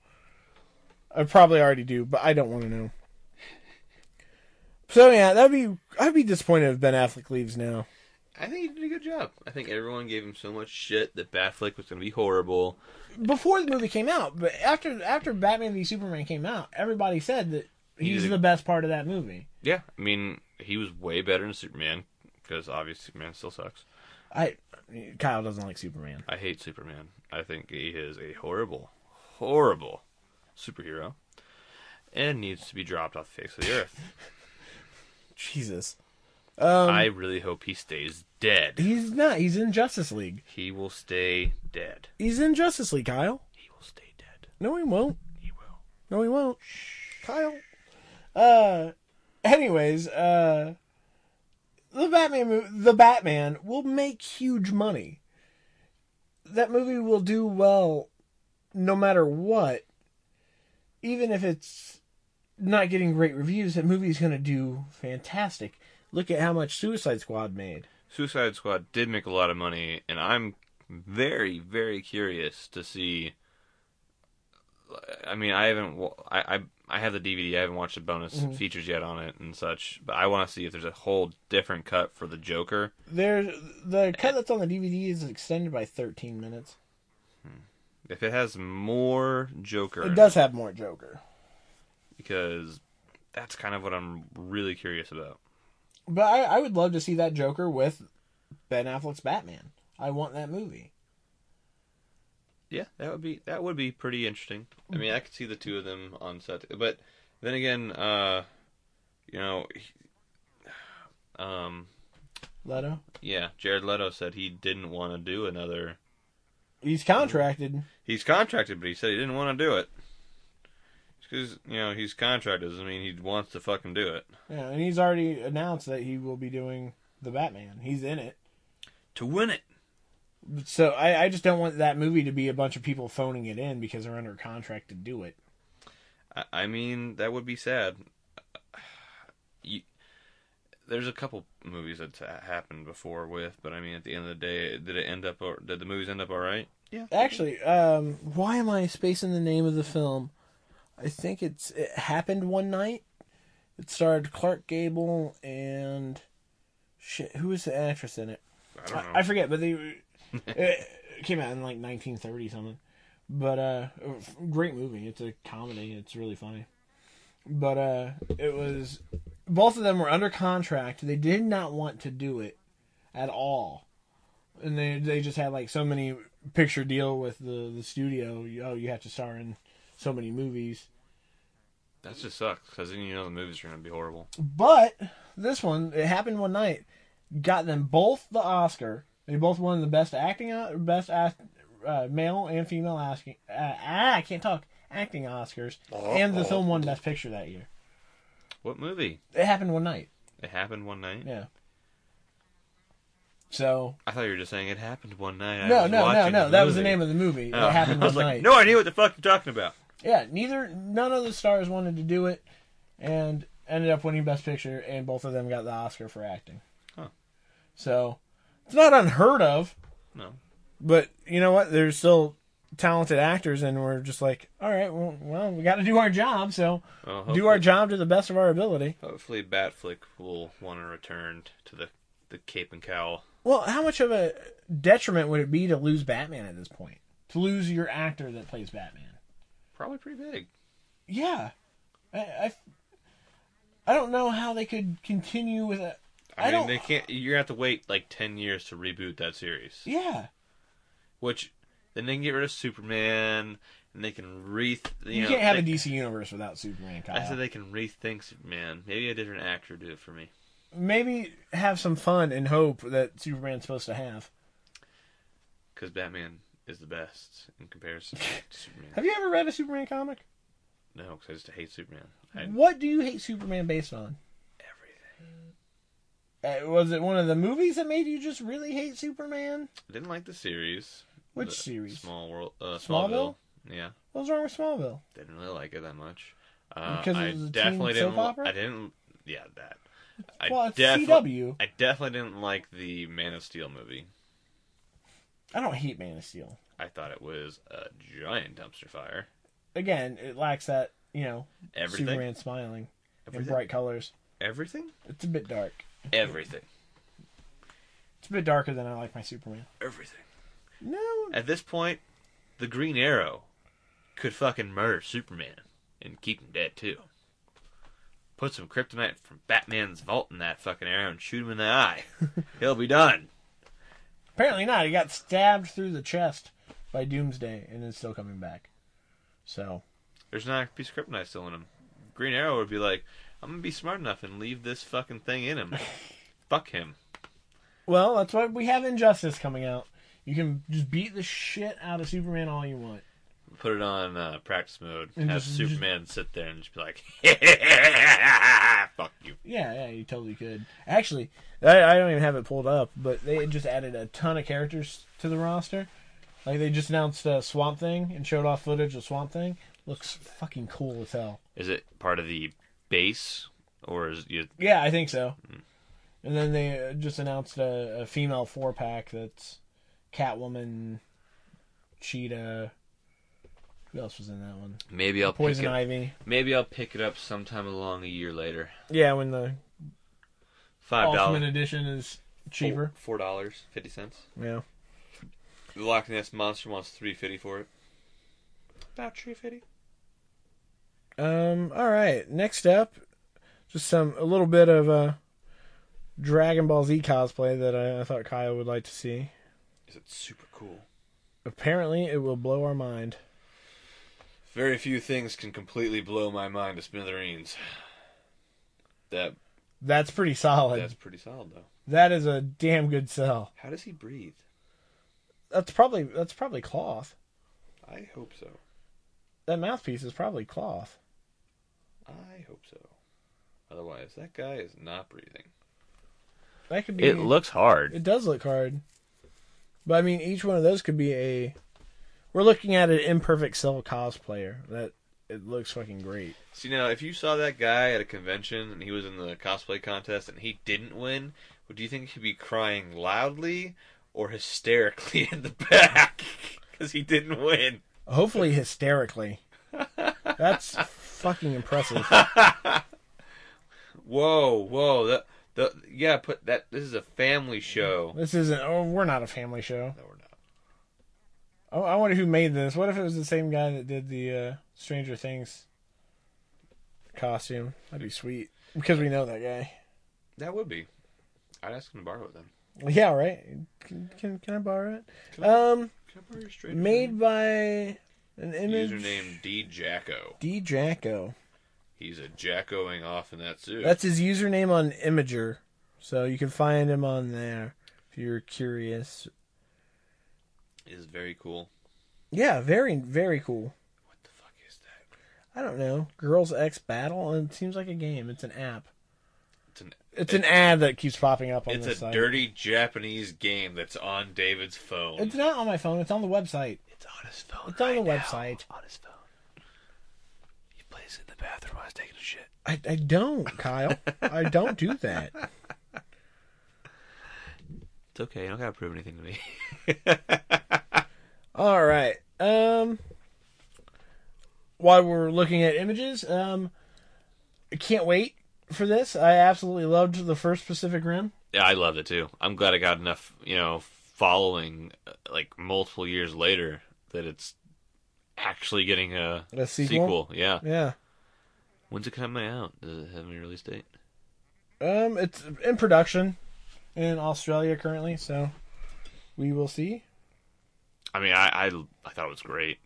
Speaker 1: I probably already do, but I don't want to know. So yeah, that'd be. I'd be disappointed if Ben Affleck leaves now.
Speaker 2: I think he did a good job. I think everyone gave him so much shit that Batflick was going to be horrible.
Speaker 1: Before the movie came out, but after after Batman v Superman came out, everybody said that
Speaker 2: He
Speaker 1: he's
Speaker 2: did a-
Speaker 1: the best part of that movie.
Speaker 2: Yeah, I mean, he was way better than Superman because obviously Superman still sucks.
Speaker 1: I Kyle doesn't like Superman.
Speaker 2: I hate Superman. I think he is a horrible, horrible superhero and needs to be dropped off the face of the earth.
Speaker 1: Jesus,
Speaker 2: I really hope he stays dead.
Speaker 1: he's not. He's in Justice League.
Speaker 2: He will stay dead.
Speaker 1: He's in Justice League, Kyle.
Speaker 2: He will stay dead.
Speaker 1: No, he won't.
Speaker 2: He will.
Speaker 1: No, he won't. Kyle. Uh, anyways, uh, the Batman, mo- the Batman will make huge money. That movie will do well, no matter what. Even if it's not getting great reviews, that movie's gonna do fantastic. Look at how much Suicide Squad made.
Speaker 2: Suicide Squad did make a lot of money, and I'm very, very curious to see. I mean, I haven't. wa- I I, I have the DVD. I haven't watched the bonus
Speaker 1: Mm-hmm.
Speaker 2: features yet on it and such, but I want to see if there's a whole different cut for the Joker.
Speaker 1: There's the cut that's on the DVD is extended by 13 minutes.
Speaker 2: If it has more Joker, in
Speaker 1: It does have more Joker.
Speaker 2: because that's kind of what I'm really curious about.
Speaker 1: But I, I would love to see that Joker with Ben Affleck's Batman. I want that movie.
Speaker 2: Yeah, that would be that would be pretty interesting. I mean, I could see the two of them on set, but then again, uh, you know, he- um,
Speaker 1: Leto.
Speaker 2: yeah, Jared Leto said he didn't want to do another.
Speaker 1: He's contracted.
Speaker 2: He's contracted, but he said he didn't want to do it. Because you know he's contracted doesn't mean he wants to fucking do it.
Speaker 1: Yeah, and he's already announced that he will be doing the Batman. He's in it.
Speaker 2: To win it,
Speaker 1: So I, I just don't want that movie to be a bunch of people phoning it in because they're under contract to do it.
Speaker 2: I, I mean that would be sad. You, there's a couple movies that's ha- happened before with, but I mean at the end of the day, did it end up? or- Did the movies end up all right? Yeah,
Speaker 1: Actually, um, why am I spacing the name of the film? I think it's it happened one night. It starred Clark Gable and shit. Who was the actress in it?
Speaker 2: I don't know.
Speaker 1: I, I forget, but they [laughs] it came out in like 1930 something. But uh, great movie. It's a comedy. It's really funny. But uh, it was both of them were under contract. They did not want to do it at all, and they they just had like so many picture deal with the the studio. You- Oh, you have to star in so many movies.
Speaker 2: that just sucks because then you know the movies are gonna be horrible.
Speaker 1: But this one, it happened one night, got them both the Oscar. They both won the best acting, o- best act, uh, male and female asking. Uh, ah, I can't talk acting Oscars,
Speaker 2: Uh-huh.
Speaker 1: and the film won best picture that year.
Speaker 2: What movie?
Speaker 1: It happened one night.
Speaker 2: It happened one night.
Speaker 1: Yeah. So
Speaker 2: I thought you were just saying it happened one night. I
Speaker 1: no,
Speaker 2: was
Speaker 1: no, no,
Speaker 2: watching
Speaker 1: no.
Speaker 2: the
Speaker 1: That was the
Speaker 2: movie.
Speaker 1: name of the movie.
Speaker 2: Oh.
Speaker 1: It happened
Speaker 2: [laughs] I
Speaker 1: one
Speaker 2: was like,
Speaker 1: night.
Speaker 2: no idea what the fuck you're talking about.
Speaker 1: Yeah, neither none of the stars wanted to do it, and ended up winning Best Picture, and both of them got the Oscar for acting.
Speaker 2: Huh.
Speaker 1: So it's not unheard of,
Speaker 2: No,
Speaker 1: but you know what? There's still talented actors, and we're just like, all right, well, well we got to do our job, so
Speaker 2: well,
Speaker 1: do our
Speaker 2: hopefully-
Speaker 1: job to the best of our ability.
Speaker 2: Hopefully, Batflick will want to return to the the cape and cowl.
Speaker 1: Well, how much of a detriment would it be to lose Batman at this point? To lose your actor that plays Batman?
Speaker 2: Probably pretty big.
Speaker 1: Yeah. I, I, I don't know how they could continue with it.
Speaker 2: I,
Speaker 1: I
Speaker 2: mean,
Speaker 1: don't-
Speaker 2: they can't. You're gonna have to wait like ten years to reboot that series.
Speaker 1: Yeah,
Speaker 2: Which then they can get rid of Superman, and they can re. You,
Speaker 1: you,
Speaker 2: know,
Speaker 1: can't have
Speaker 2: they-
Speaker 1: a DC universe without Superman. Kyle.
Speaker 2: I said they can rethink Superman. Maybe a different actor do it for me.
Speaker 1: Maybe have some fun and hope that Superman's supposed to have.
Speaker 2: Because Batman is the best in
Speaker 1: [laughs]
Speaker 2: comparison to Superman.
Speaker 1: Have you ever read a Superman comic?
Speaker 2: No, because I just hate Superman. I, everything.
Speaker 1: What do you hate Superman based on? Uh, was it one of the movies that made you just really hate Superman?
Speaker 2: I didn't like the series.
Speaker 1: Which
Speaker 2: The
Speaker 1: series?
Speaker 2: Small World. Uh,
Speaker 1: Smallville?
Speaker 2: Smallville. Yeah,
Speaker 1: What was wrong with Smallville?
Speaker 2: didn't really like it that much. Uh,
Speaker 1: Because it
Speaker 2: I
Speaker 1: was a teen
Speaker 2: definitely
Speaker 1: soap
Speaker 2: didn't. li-
Speaker 1: opera?
Speaker 2: I didn't. Yeah, that. I
Speaker 1: well, it's
Speaker 2: defi-
Speaker 1: CW.
Speaker 2: I definitely didn't like the Man of Steel movie.
Speaker 1: I don't hate Man of Steel.
Speaker 2: I thought it was a giant dumpster fire.
Speaker 1: Again, it lacks that you know
Speaker 2: Everything.
Speaker 1: Superman smiling and
Speaker 2: Everything.
Speaker 1: bright colors.
Speaker 2: Everything.
Speaker 1: It's a bit dark.
Speaker 2: Everything.
Speaker 1: It's a bit darker than I like my Superman.
Speaker 2: Everything.
Speaker 1: No,
Speaker 2: At this point, the Green Arrow could fucking murder Superman and keep him dead too. Put some kryptonite from Batman's vault in that fucking arrow and shoot him in
Speaker 1: [laughs]
Speaker 2: the eye. He'll be done.
Speaker 1: apparently not. He got stabbed through the chest by Doomsday and is still coming back. So
Speaker 2: There's not a piece of kryptonite still in him. Green Arrow would be like, I'm gonna be smart enough and leave this fucking thing
Speaker 1: [laughs]
Speaker 2: in him. Fuck him.
Speaker 1: Well, that's why we have Injustice coming out. You can just beat the shit out of Superman all you want.
Speaker 2: Put it on uh, practice mode.
Speaker 1: And
Speaker 2: have
Speaker 1: just-
Speaker 2: Superman sit there and just be like, [laughs] fuck you.
Speaker 1: Yeah, yeah, you totally could. Actually, I, I don't even have it pulled up, but they just added a ton of characters to the roster. Like they just announced uh, Swamp Thing and showed off footage of Swamp Thing. Looks fucking cool as hell.
Speaker 2: Is it part of the base or is you
Speaker 1: Yeah, I think so.
Speaker 2: Hmm.
Speaker 1: And then they uh, just announced a, a female four pack that's Catwoman, Cheetah. Who else was in that one?
Speaker 2: Maybe I'll
Speaker 1: Poison
Speaker 2: pick it.
Speaker 1: Ivy.
Speaker 2: Maybe I'll pick it up sometime along a year later.
Speaker 1: Yeah, when the
Speaker 2: Five
Speaker 1: Ultimate
Speaker 2: dollars,
Speaker 1: Edition is cheaper.
Speaker 2: four dollars fifty cents.
Speaker 1: Oh, Yeah.
Speaker 2: The Loch Ness monster wants three fifty for it. About three fifty.
Speaker 1: Um. All right. Next up, just some a little bit of uh, Dragon Ball Z cosplay that I, I thought Kyle would like to see.
Speaker 2: Is it super cool?
Speaker 1: Apparently, it will blow our mind.
Speaker 2: Very few things can completely blow my mind to smithereens. [sighs] That
Speaker 1: That's pretty solid.
Speaker 2: that's pretty solid though.
Speaker 1: That is a damn good sell.
Speaker 2: How does he breathe?
Speaker 1: That's probably that's probably cloth.
Speaker 2: I hope so.
Speaker 1: That mouthpiece is probably cloth.
Speaker 2: I hope so. Otherwise, that guy is not breathing.
Speaker 1: That could be.
Speaker 2: It looks hard.
Speaker 1: It does look hard. But I mean, each one of those could be a. We're looking at an imperfect cell cosplayer. That it looks fucking great.
Speaker 2: See now, if you saw that guy at a convention and he was in the cosplay contest and he didn't win, would you think he'd be crying loudly or hysterically [laughs] in the back because he didn't win?
Speaker 1: Hopefully, hysterically. That's fucking impressive.
Speaker 2: Whoa, whoa, that, the yeah, put that. This is a family show.
Speaker 1: This isn't. Oh, we're not a family show.
Speaker 2: No, we're not.
Speaker 1: Oh, I wonder who made this. What if it was the same guy that did the uh, Stranger Things costume? That'd be sweet because we know that guy.
Speaker 2: That would be. I'd ask him to borrow it then.
Speaker 1: Yeah, right. Can can, can I borrow it? Um,
Speaker 2: Can I borrow your straight?
Speaker 1: made by an image
Speaker 2: Username D Jacko.
Speaker 1: D Jacko.
Speaker 2: He's a jackoing off in that suit.
Speaker 1: That's his username on Imager, so you can find him on there if you're curious.
Speaker 2: is very cool.
Speaker 1: Yeah, very very cool.
Speaker 2: What the fuck is that?
Speaker 1: I don't know. Girls X Battle, and it seems like a game. It's an app.
Speaker 2: It's an
Speaker 1: It's an ad that keeps popping up on
Speaker 2: It's a
Speaker 1: this site.
Speaker 2: dirty Japanese game that's on David's phone.
Speaker 1: It's not on my phone. It's on the website.
Speaker 2: It's on his phone.
Speaker 1: It's on the website.
Speaker 2: On his phone. He plays in the bathroom while he's taking a shit.
Speaker 1: I, I don't,
Speaker 2: [laughs]
Speaker 1: Kyle. I don't do that.
Speaker 2: It's okay. You don't gotta prove anything to me. [laughs]
Speaker 1: All right. Um, while we're looking at images, um, I can't wait for this. I absolutely loved the first Pacific Rim.
Speaker 2: yeah, I loved it too. I'm glad I got enough, you know, following uh, like multiple years later that it's actually getting a,
Speaker 1: A sequel?
Speaker 2: Yeah,
Speaker 1: Yeah.
Speaker 2: When's it coming out? Does it have any release date?
Speaker 1: Um, it's in production in Australia currently, so we will see.
Speaker 2: I mean, I I, I thought it was great.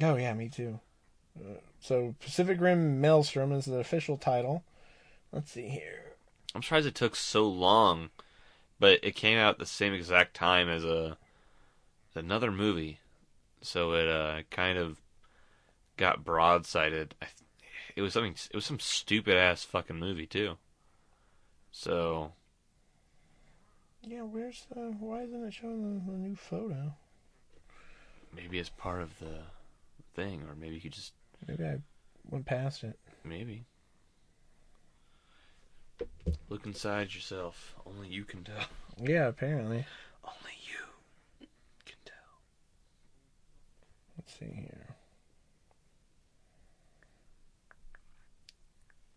Speaker 1: Oh yeah, me too. Uh, so Pacific Rim Maelstrom is the official title. Let's see here.
Speaker 2: I'm surprised it took so long, but it came out at the same exact time as a another movie, so it uh, kind of got broadsided. I, th- it was something. It was some stupid ass fucking movie too. So
Speaker 1: Yeah, where's the? Why isn't it showing the, the new photo?
Speaker 2: maybe it's part of the thing, or maybe you could just
Speaker 1: Maybe I went past it.
Speaker 2: maybe look inside yourself. Only you can tell. [laughs]
Speaker 1: Yeah, apparently.
Speaker 2: Only you can tell.
Speaker 1: Let's see here.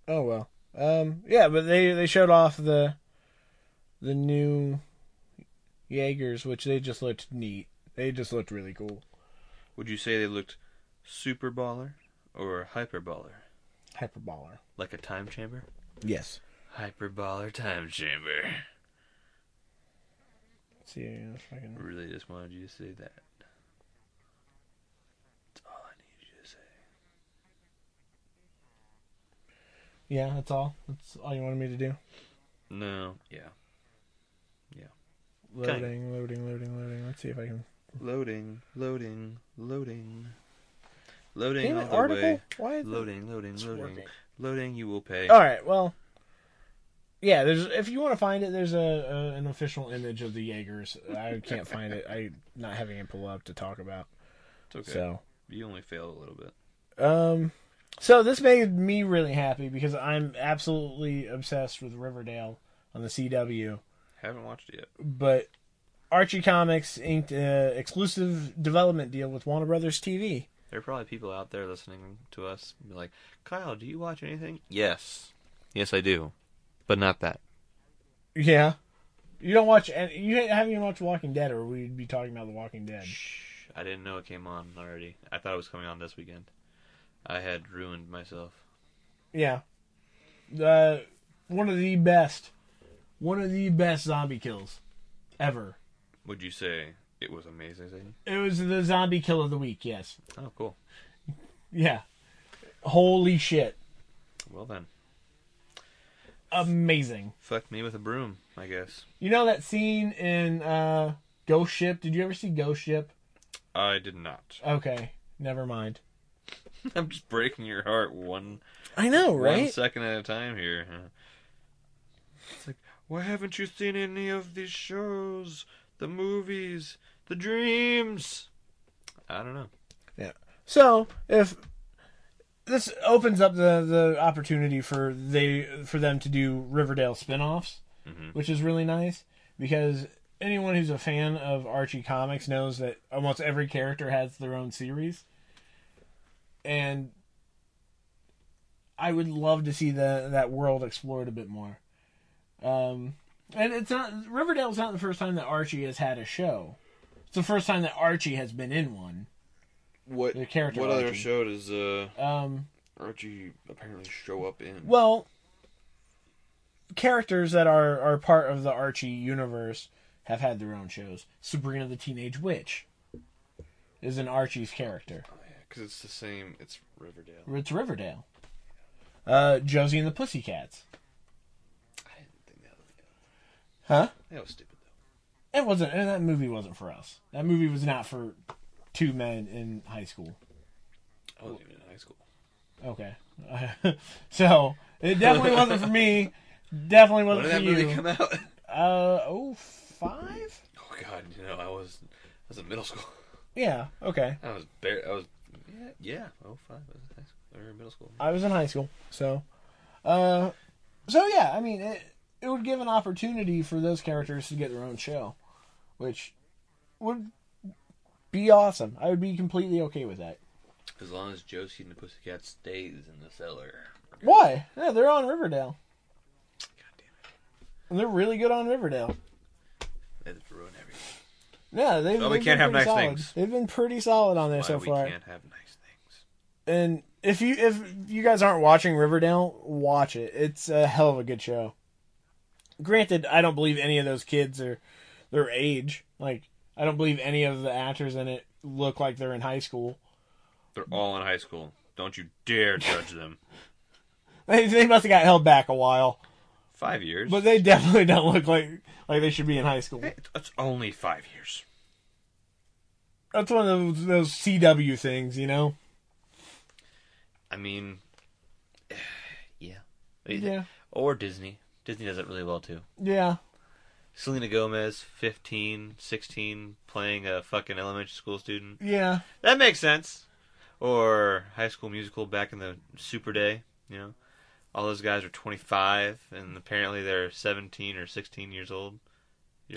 Speaker 1: Oh well. Um yeah, but they they showed off the the new Jaegers, which they just looked neat. They just looked really cool.
Speaker 2: Would you say they looked super baller or hyper baller?
Speaker 1: Hyperballer.
Speaker 2: Like a time chamber?
Speaker 1: Yes.
Speaker 2: Hyper baller time chamber.
Speaker 1: Let's see if I can
Speaker 2: Really just wanted you to say that. That's all I need you to say.
Speaker 1: Yeah, that's all. That's all you wanted me to do.
Speaker 2: No. Yeah. Okay.
Speaker 1: Loading, loading, loading, loading. Let's see if I can
Speaker 2: Loading, loading, loading. Loading
Speaker 1: Damn
Speaker 2: all
Speaker 1: it,
Speaker 2: the
Speaker 1: article?
Speaker 2: way.
Speaker 1: Why is it
Speaker 2: Loading, loading,
Speaker 1: it's
Speaker 2: loading.
Speaker 1: working?
Speaker 2: Loading, you will pay.
Speaker 1: All right. Well, yeah. There's if you want to find it, there's a, a an official image of the Jaegers. I can't find it. I not having it pull up to talk about.
Speaker 2: It's okay.
Speaker 1: So,
Speaker 2: You only failed a little bit.
Speaker 1: um, so this made me really happy because I'm absolutely obsessed with Riverdale on the CW.
Speaker 2: Haven't watched it yet.
Speaker 1: But Archie Comics inked an exclusive development deal with Warner Brothers TV.
Speaker 2: There are probably people out there listening to us be like, Kyle, do you watch anything? Yes. Yes, I do. But not that.
Speaker 1: Yeah. You don't watch, and you haven't even watched Walking Dead, or we'd be talking about The Walking Dead.
Speaker 2: Shh. I didn't know it came on already. I thought it was coming on this weekend. I had ruined myself.
Speaker 1: Yeah. The one of the best one of the best zombie kills ever.
Speaker 2: Would you say it was amazing? Zane?
Speaker 1: It was the zombie kill of the week, yes.
Speaker 2: Oh, cool.
Speaker 1: Yeah. Holy shit.
Speaker 2: Well then,
Speaker 1: Amazing.
Speaker 2: fuck me with a broom, I guess.
Speaker 1: You know that scene in uh Ghost Ship? Did you ever see Ghost Ship?
Speaker 2: I did not. [laughs]
Speaker 1: Okay. Never mind.
Speaker 2: I'm just breaking your heart one
Speaker 1: I know,
Speaker 2: one second at a time here. huh? It's like, why haven't you seen any of these shows, the movies, the dreams? I don't know.
Speaker 1: So if this opens up the, the opportunity for they for them to do Riverdale spin-offs,
Speaker 2: Mhm.
Speaker 1: which is really nice because anyone who's a fan of Archie comics knows that almost every character has their own series, and I would love to see that that world explored a bit more. Um, and it's not Riverdale's not the first time that Archie has had a show. It's the first time that Archie has been in one.
Speaker 2: What
Speaker 1: The character what other origin.
Speaker 2: show does uh,
Speaker 1: Um,
Speaker 2: Archie apparently show up in?
Speaker 1: Well, characters that are, are part of the Archie universe have had their own shows. Sabrina the Teenage Witch is an Archie's character.
Speaker 2: Because it's the same. It's Riverdale.
Speaker 1: It's Riverdale. Uh, Josie and the Pussycats.
Speaker 2: I didn't think that was.
Speaker 1: Huh?
Speaker 2: That was stupid though.
Speaker 1: It wasn't. And that movie wasn't for us. That movie was not for two men in high school.
Speaker 2: I wasn't even in high school.
Speaker 1: Okay. [laughs] so it definitely wasn't for
Speaker 2: [laughs]
Speaker 1: me. Definitely
Speaker 2: When
Speaker 1: wasn't
Speaker 2: did
Speaker 1: for
Speaker 2: that
Speaker 1: you.
Speaker 2: movie come out? [laughs]
Speaker 1: uh oh five.
Speaker 2: Oh God, you know I was I was in middle school. [laughs]
Speaker 1: Yeah. Okay.
Speaker 2: I was bare. I was yeah yeah. Oh five. I was in high school or middle school.
Speaker 1: I was in high school, so, uh, so yeah. I mean, it it would give an opportunity for those characters to get their own show, which would be awesome. I would be completely okay with that.
Speaker 2: As long as Josie and the Pussycat stays in the cellar.
Speaker 1: Why? Yeah, they're on Riverdale,
Speaker 2: God damn
Speaker 1: and they're really good on Riverdale.
Speaker 2: it! They ruin everything.
Speaker 1: Yeah, they've.
Speaker 2: Well, we
Speaker 1: they've
Speaker 2: can't
Speaker 1: been
Speaker 2: have
Speaker 1: pretty
Speaker 2: nice
Speaker 1: solid.
Speaker 2: things.
Speaker 1: They've been pretty solid on there
Speaker 2: Why
Speaker 1: so
Speaker 2: we
Speaker 1: far,
Speaker 2: can't have nice things?
Speaker 1: and if you if you guys aren't watching Riverdale, watch it. It's a hell of a good show. Granted, I don't believe any of those kids are their age. Like I don't believe any of the actors in it look like they're in high school. [laughs]
Speaker 2: They're all in high school. Don't you dare judge them.
Speaker 1: They, they must have got held back a while,
Speaker 2: Five years. Eh,
Speaker 1: but they [laughs] definitely don't look like like they should be in high school.
Speaker 2: it's only five years.
Speaker 1: That's one of those, those CW things, you know.
Speaker 2: I mean, [sighs] yeah. Or Disney. Disney does it really well too.
Speaker 1: yeah.
Speaker 2: Selena Gomez, 15, 16, playing a fucking elementary school student.
Speaker 1: Yeah,
Speaker 2: That makes sense. Or High School Musical back in the Super Day, you know. All those guys are 25, and apparently they're 17 or 16 years old.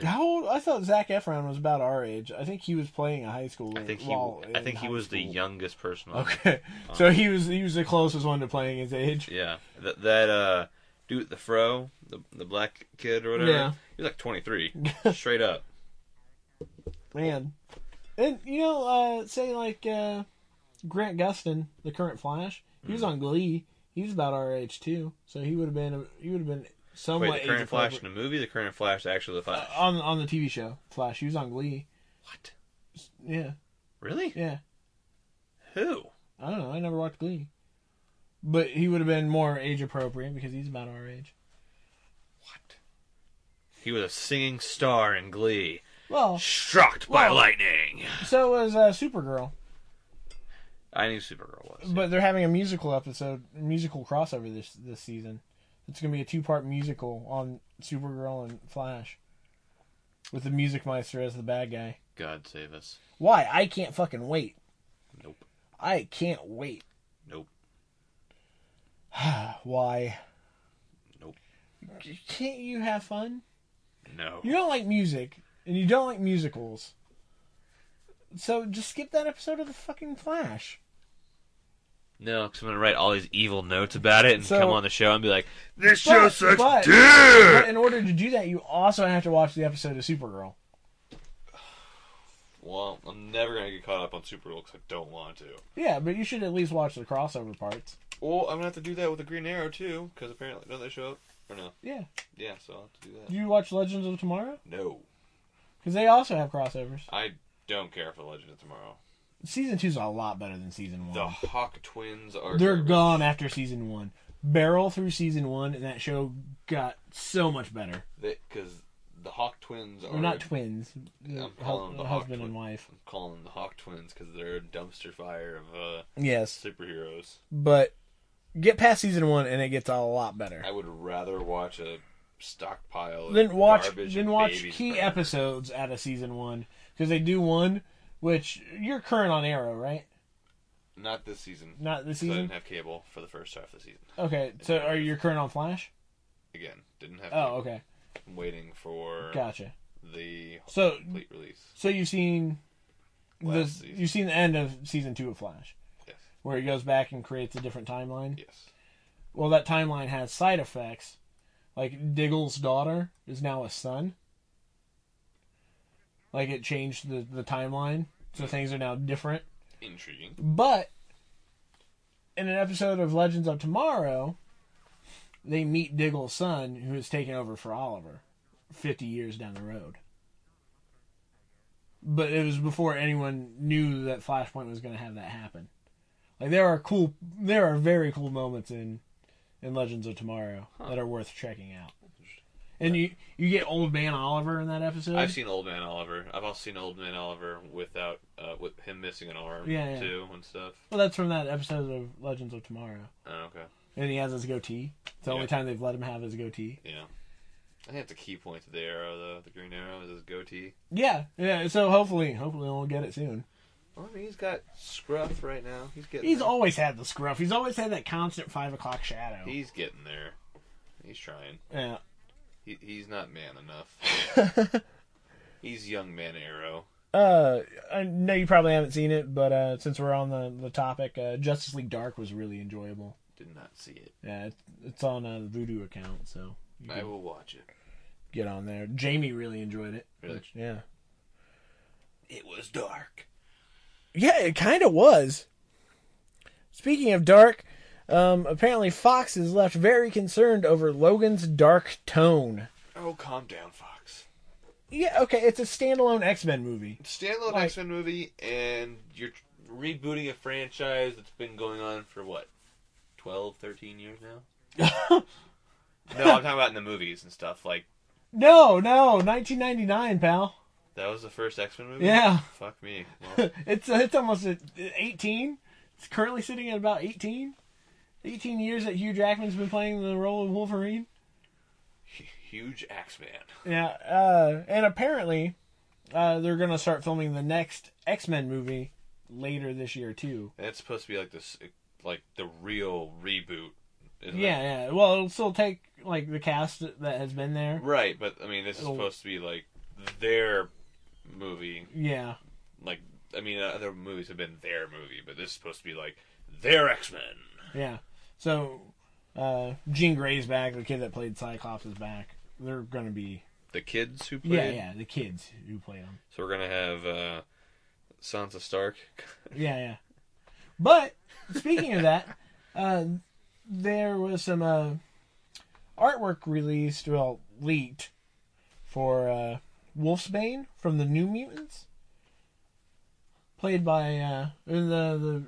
Speaker 1: how old? I thought Zach Efron was about our age. I think he was playing a high school.
Speaker 2: I think he,
Speaker 1: while
Speaker 2: I
Speaker 1: in
Speaker 2: think he
Speaker 1: high
Speaker 2: was the
Speaker 1: school.
Speaker 2: youngest person. on the
Speaker 1: Okay,
Speaker 2: Uh-huh.
Speaker 1: so he was he was the closest one to playing his age. [laughs]
Speaker 2: Yeah, that that uh, dude with the fro, the the black kid or whatever.
Speaker 1: Yeah.
Speaker 2: he was like twenty three,
Speaker 1: [laughs]
Speaker 2: straight up.
Speaker 1: Man, and you know, uh, say like uh, Grant Gustin, the current Flash, he
Speaker 2: Mm-hmm.
Speaker 1: was on Glee. He's about our age too, so he would have been he would have been somewhat
Speaker 2: Wait, the current
Speaker 1: age
Speaker 2: Flash in
Speaker 1: appropriate-
Speaker 2: the movie, the current Flash, actually the Flash.
Speaker 1: Uh, on on the TV show Flash. He was on Glee.
Speaker 2: what?
Speaker 1: Yeah,
Speaker 2: Really?
Speaker 1: yeah.
Speaker 2: Who?
Speaker 1: I don't know. I never watched Glee, but he would have been more age appropriate because he's about our age.
Speaker 2: What? He was a singing star in Glee,
Speaker 1: Well,
Speaker 2: struck by
Speaker 1: Well-
Speaker 2: lightning.
Speaker 1: so was uh, Supergirl,
Speaker 2: I knew Supergirl was.
Speaker 1: but they're having a musical episode, musical crossover this this season. It's gonna be a two part musical on Supergirl and Flash, with the Music Meister as the bad guy.
Speaker 2: God save us.
Speaker 1: Why? I can't fucking wait.
Speaker 2: Nope.
Speaker 1: I can't wait. [sighs]
Speaker 2: Nope.
Speaker 1: Why?
Speaker 2: Nope.
Speaker 1: C- Can't you have fun?
Speaker 2: No.
Speaker 1: You don't like music, and you don't like musicals. So just skip that episode of the fucking Flash.
Speaker 2: No, because I'm gonna write all these evil notes about it and
Speaker 1: So-
Speaker 2: come on the show and be like, "This show
Speaker 1: But-
Speaker 2: sucks
Speaker 1: but-
Speaker 2: dick."
Speaker 1: But in order to do that, you also have to watch the episode of Supergirl.
Speaker 2: Well, I'm never gonna get caught up on Supergirl because I don't want to.
Speaker 1: Yeah, but you should at least watch the crossover parts.
Speaker 2: Well, I'm gonna have to do that with the Green Arrow too, because apparently don't they show up or no?
Speaker 1: Yeah.
Speaker 2: Yeah, so I'll have to do that.
Speaker 1: Do you watch Legends of Tomorrow?
Speaker 2: No,
Speaker 1: Because they also have crossovers.
Speaker 2: I don't care for Legend of Tomorrow.
Speaker 1: Season two's a lot better than season one.
Speaker 2: The Hawk twins are
Speaker 1: Mm. They're
Speaker 2: garbage.
Speaker 1: gone after season one. Barrel through season one, and that show got so much better.
Speaker 2: because the Hawk twins are
Speaker 1: They're not twins. They're
Speaker 2: I'm calling
Speaker 1: hu-
Speaker 2: them the
Speaker 1: husband
Speaker 2: Hawk
Speaker 1: and
Speaker 2: twin-
Speaker 1: wife.
Speaker 2: I'm calling them the Hawk twins because they're a dumpster fire of uh,
Speaker 1: Yes,
Speaker 2: superheroes.
Speaker 1: but get past season one, and it gets a lot better.
Speaker 2: I would rather watch a stockpile. Of
Speaker 1: Then watch,
Speaker 2: garbage
Speaker 1: then
Speaker 2: and
Speaker 1: watch
Speaker 2: babies
Speaker 1: key
Speaker 2: burn.
Speaker 1: episodes out of season one because they do one, which you're current on Arrow, right?
Speaker 2: Not this season.
Speaker 1: Not this
Speaker 2: 'cause I
Speaker 1: season.
Speaker 2: didn't have cable for the first half of the season.
Speaker 1: Okay, so are you current on Flash?
Speaker 2: Again, didn't have.
Speaker 1: Oh,
Speaker 2: cable.
Speaker 1: okay,
Speaker 2: I'm waiting for
Speaker 1: gotcha.
Speaker 2: the
Speaker 1: So,
Speaker 2: complete release.
Speaker 1: so you've seen the
Speaker 2: Last season.
Speaker 1: you've seen the end of season two of Flash,
Speaker 2: Yes.
Speaker 1: where he goes back and creates a different timeline.
Speaker 2: Yes.
Speaker 1: Well, that timeline has side effects, like Diggle's daughter is now a son. Like it changed the the timeline, so things are now different.
Speaker 2: Intriguing.
Speaker 1: But in an episode of Legends of Tomorrow, they meet Diggle's son, who has taken over for Oliver, fifty years down the road. But it was before anyone knew that Flashpoint was going to have that happen. Like there are cool, there are very cool moments in in Legends of Tomorrow that are worth checking out. And you you get Old Man Oliver in that episode.
Speaker 2: I've seen Old Man Oliver. I've also seen Old Man Oliver without uh, with him missing an arm
Speaker 1: Yeah, yeah.
Speaker 2: too and stuff.
Speaker 1: well, that's from that episode of Legends of Tomorrow.
Speaker 2: Oh, okay.
Speaker 1: And he has his goatee. It's the only
Speaker 2: Yeah.
Speaker 1: time they've let him have his goatee.
Speaker 2: Yeah. I think that's a key point to the arrow though. The green arrow is his goatee.
Speaker 1: Yeah, yeah. So hopefully, hopefully we'll get it soon.
Speaker 2: Well, I mean, he's got scruff right now. He's getting.
Speaker 1: He's
Speaker 2: there.
Speaker 1: always had the scruff. He's always had that constant five o'clock shadow.
Speaker 2: He's getting there. He's trying.
Speaker 1: yeah.
Speaker 2: He, he's not man enough.
Speaker 1: [laughs]
Speaker 2: he's young man arrow.
Speaker 1: Uh, I know you probably haven't seen it, but uh, since we're on the the topic, uh, Justice League Dark was really enjoyable.
Speaker 2: Did not see it.
Speaker 1: Yeah, it's, it's on uh, the Voodoo account, so you
Speaker 2: I
Speaker 1: can
Speaker 2: will watch it.
Speaker 1: get on there. Jamie really enjoyed it.
Speaker 2: Really?
Speaker 1: Yeah.
Speaker 2: It was dark.
Speaker 1: Yeah, it kind of was. Speaking of dark, um, apparently Fox is left very concerned over Logan's dark tone.
Speaker 2: Oh, calm down, Fox.
Speaker 1: Yeah, okay, it's a standalone X Men movie.
Speaker 2: Standalone
Speaker 1: Like-
Speaker 2: X Men movie, and you're tr- rebooting a franchise that's been going on for what, 12, 13 years
Speaker 1: [laughs]
Speaker 2: now? no, I'm talking about in the movies and stuff. Like,
Speaker 1: No, no, 1999, pal. [laughs]
Speaker 2: that was the first X Men movie?
Speaker 1: Yeah.
Speaker 2: Fuck me.
Speaker 1: [laughs]
Speaker 2: Well,
Speaker 1: It's uh, it's almost at 18. It's currently sitting at about 18. 18 years that Hugh Jackman's been playing the role of Wolverine.
Speaker 2: hu- huge X Man.
Speaker 1: Yeah, uh, and apparently uh, they're gonna start filming the next X Men movie later this year too.
Speaker 2: That's supposed to be like this, like the real reboot. Isn't
Speaker 1: Yeah,
Speaker 2: It?
Speaker 1: yeah. Well, it'll still take like the cast that has been there.
Speaker 2: Right, but I mean, this is
Speaker 1: It'll-
Speaker 2: supposed to be like their movie.
Speaker 1: Yeah,
Speaker 2: Like, I mean, uh, other movies have been their movie, but this is supposed to be like their X Men.
Speaker 1: yeah. So uh, Jean Grey's back. The kid that played Cyclops is back. They're gonna be
Speaker 2: The kids who played.
Speaker 1: yeah, yeah. The kids who play them.
Speaker 2: So we're gonna have uh, Sansa Stark. [laughs]
Speaker 1: Yeah, yeah. But speaking of that, [laughs] uh, there was some uh, artwork released, well, leaked for uh, Wolfsbane from the New Mutants, played by uh, and the the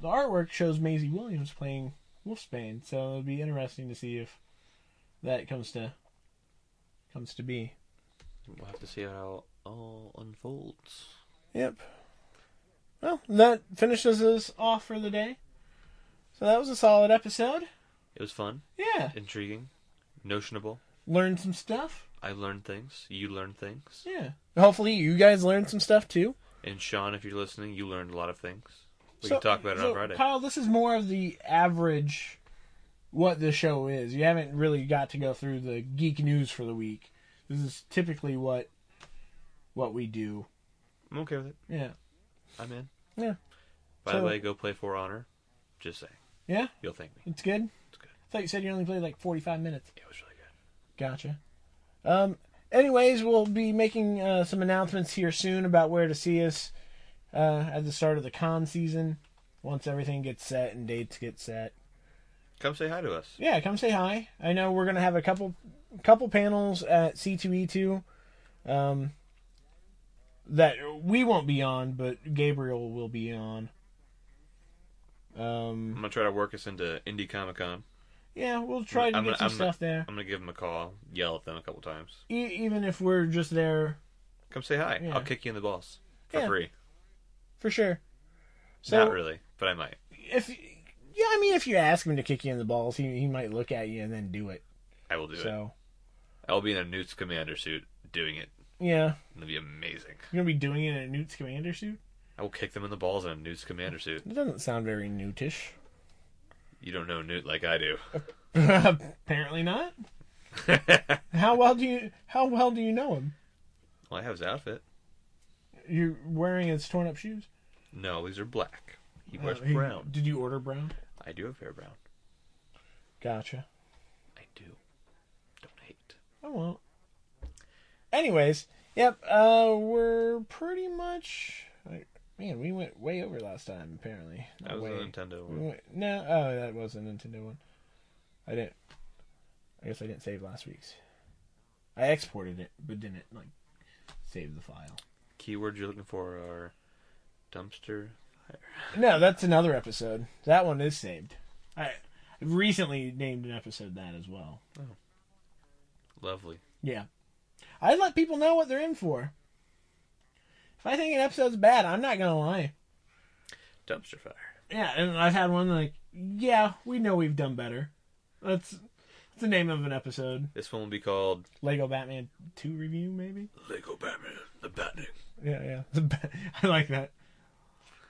Speaker 1: the artwork shows Maisie Williams playing Wolfsbane, so it'll be interesting to see if that comes to comes to be.
Speaker 2: We'll have to see how it all unfolds.
Speaker 1: Yep. Well, that finishes us off for the day. So that was a solid episode.
Speaker 2: It was fun,
Speaker 1: Yeah.
Speaker 2: intriguing, notionable.
Speaker 1: Learned some stuff.
Speaker 2: I learned things. You learned things.
Speaker 1: Yeah. Hopefully you guys learned some stuff too.
Speaker 2: And Sean, if you're listening, you learned a lot of things. We
Speaker 1: So-
Speaker 2: can talk about it
Speaker 1: so,
Speaker 2: on Friday.
Speaker 1: Kyle, this is more of the average what the show is. You haven't really got to go through the geek news for the week. This is typically what what we do.
Speaker 2: I'm okay with it.
Speaker 1: Yeah.
Speaker 2: I'm in.
Speaker 1: Yeah.
Speaker 2: By
Speaker 1: So-
Speaker 2: the way, go play For Honor. Just saying.
Speaker 1: Yeah?
Speaker 2: You'll thank me.
Speaker 1: It's good?
Speaker 2: It's good.
Speaker 1: I thought you said you only played like forty five minutes.
Speaker 2: It was really good.
Speaker 1: Gotcha. Um, anyways, we'll be making uh, some announcements here soon about where to see us uh, at the start of the con season. Once everything gets set and dates get set,
Speaker 2: Come say hi to us.
Speaker 1: yeah, come say hi. I know we're gonna have a couple couple panels at C two E two um, that we won't be on, but Gabriel will be on.
Speaker 2: I'm
Speaker 1: Um,
Speaker 2: gonna try to work us into Indie Comic Con.
Speaker 1: yeah, we'll try to
Speaker 2: I'm
Speaker 1: get
Speaker 2: gonna-
Speaker 1: some
Speaker 2: I'm gonna-
Speaker 1: stuff there,
Speaker 2: I'm gonna give them a call, yell at them a couple times.
Speaker 1: e- even if we're just there
Speaker 2: Come say hi.
Speaker 1: Yeah.
Speaker 2: I'll kick you in the balls for
Speaker 1: Yeah.
Speaker 2: free.
Speaker 1: for sure. So
Speaker 2: Not really, but I might.
Speaker 1: if yeah, I mean, if you ask him to kick you in the balls, he he might look at you and then do it.
Speaker 2: I will do it.
Speaker 1: so
Speaker 2: I'll be in a Newt's commander suit doing it.
Speaker 1: yeah,
Speaker 2: It'll be amazing.
Speaker 1: you're gonna be doing it in a Newt's commander suit.
Speaker 2: I will kick them in the balls in a Newt's commander suit.
Speaker 1: It doesn't sound very Newtish. [laughs]
Speaker 2: You don't know Newt like I do. [laughs]
Speaker 1: Apparently not.
Speaker 2: well,
Speaker 1: How well do you how well do you know him?
Speaker 2: I have his outfit.
Speaker 1: You're wearing his torn up shoes.
Speaker 2: No, these are black. He wears
Speaker 1: Uh, he-
Speaker 2: brown.
Speaker 1: Did you order brown?
Speaker 2: I do have hair brown.
Speaker 1: Gotcha.
Speaker 2: I do. Don't hate.
Speaker 1: I won't. Anyways, yep. Uh, we're pretty much. Like, man, we went way over last time. Apparently,
Speaker 2: That was
Speaker 1: way.
Speaker 2: a Nintendo one.
Speaker 1: Wait, No, oh, that was a Nintendo one. I didn't. I guess I didn't save last week's. I exported it, but didn't like save the file.
Speaker 2: Keywords you're looking for are dumpster.
Speaker 1: No, that's another episode. That one is saved. I I recently named an episode that as well.
Speaker 2: Lovely.
Speaker 1: Yeah, I let people know what they're in for. If I think an episode's bad, I'm not gonna lie.
Speaker 2: Dumpster fire.
Speaker 1: Yeah, and I've had one like, yeah, we know we've done better. That's that's the name of an episode.
Speaker 2: This one will be called
Speaker 1: Lego Batman Two review, maybe.
Speaker 2: Lego Batman, the Batman.
Speaker 1: Yeah, yeah. [laughs] The ba- I like that.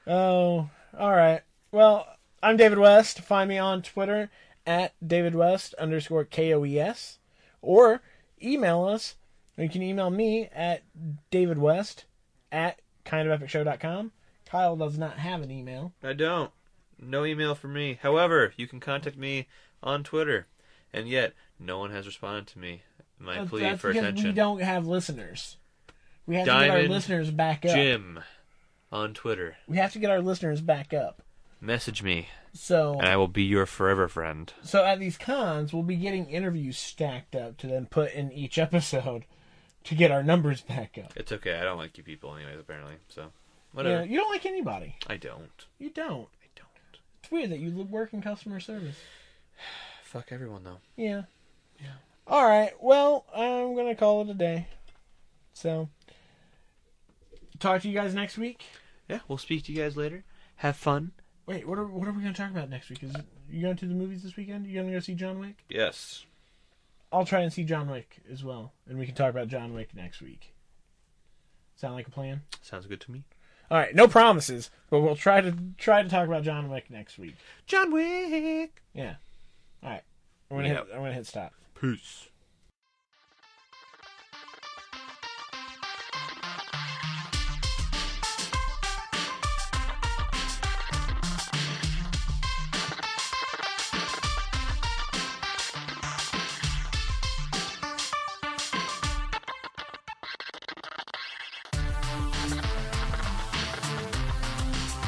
Speaker 1: Oh, all right. Well, I'm David West. Find me on Twitter at David West underscore K O E S or email us. You can email me at David West at kindofepicshow.com. Kyle does not have an email.
Speaker 2: I don't. No email from me. However, you can contact me on Twitter. And yet, no one has responded to me. My
Speaker 1: That's-
Speaker 2: plea
Speaker 1: that's
Speaker 2: for
Speaker 1: because
Speaker 2: attention.
Speaker 1: We don't have listeners. We have to get
Speaker 2: Diamond
Speaker 1: our listeners back up.
Speaker 2: Jim on Twitter.
Speaker 1: We have to get our listeners back up.
Speaker 2: Message me,
Speaker 1: So
Speaker 2: and I will be your forever friend.
Speaker 1: So at these cons, we'll be getting interviews stacked up to then put in each [laughs] episode to get our numbers back up.
Speaker 2: It's okay. I don't like you people, anyways. Apparently, so
Speaker 1: You, know,
Speaker 2: whatever.
Speaker 1: you don't like anybody.
Speaker 2: I don't.
Speaker 1: You don't.
Speaker 2: I don't.
Speaker 1: It's weird that you l- work in customer service.
Speaker 2: Fuck everyone though.
Speaker 1: Yeah. Yeah. All right. Well, I'm gonna call it a day. So, talk to you guys next week.
Speaker 2: Yeah, we'll speak to you guys later. Have fun.
Speaker 1: Wait, what are what are we gonna talk about next week? Is you going to the movies this weekend? You gonna go see John Wick?
Speaker 2: Yes.
Speaker 1: I'll try and see John Wick as well, and we can talk about John Wick next week. Sound like a plan?
Speaker 2: Sounds good to me.
Speaker 1: All right, no promises, but we'll try to try to talk about John Wick next week.
Speaker 2: John Wick.
Speaker 1: Yeah. All right. I'm gonna
Speaker 2: Yep.
Speaker 1: hit, I'm gonna hit stop.
Speaker 2: Peace.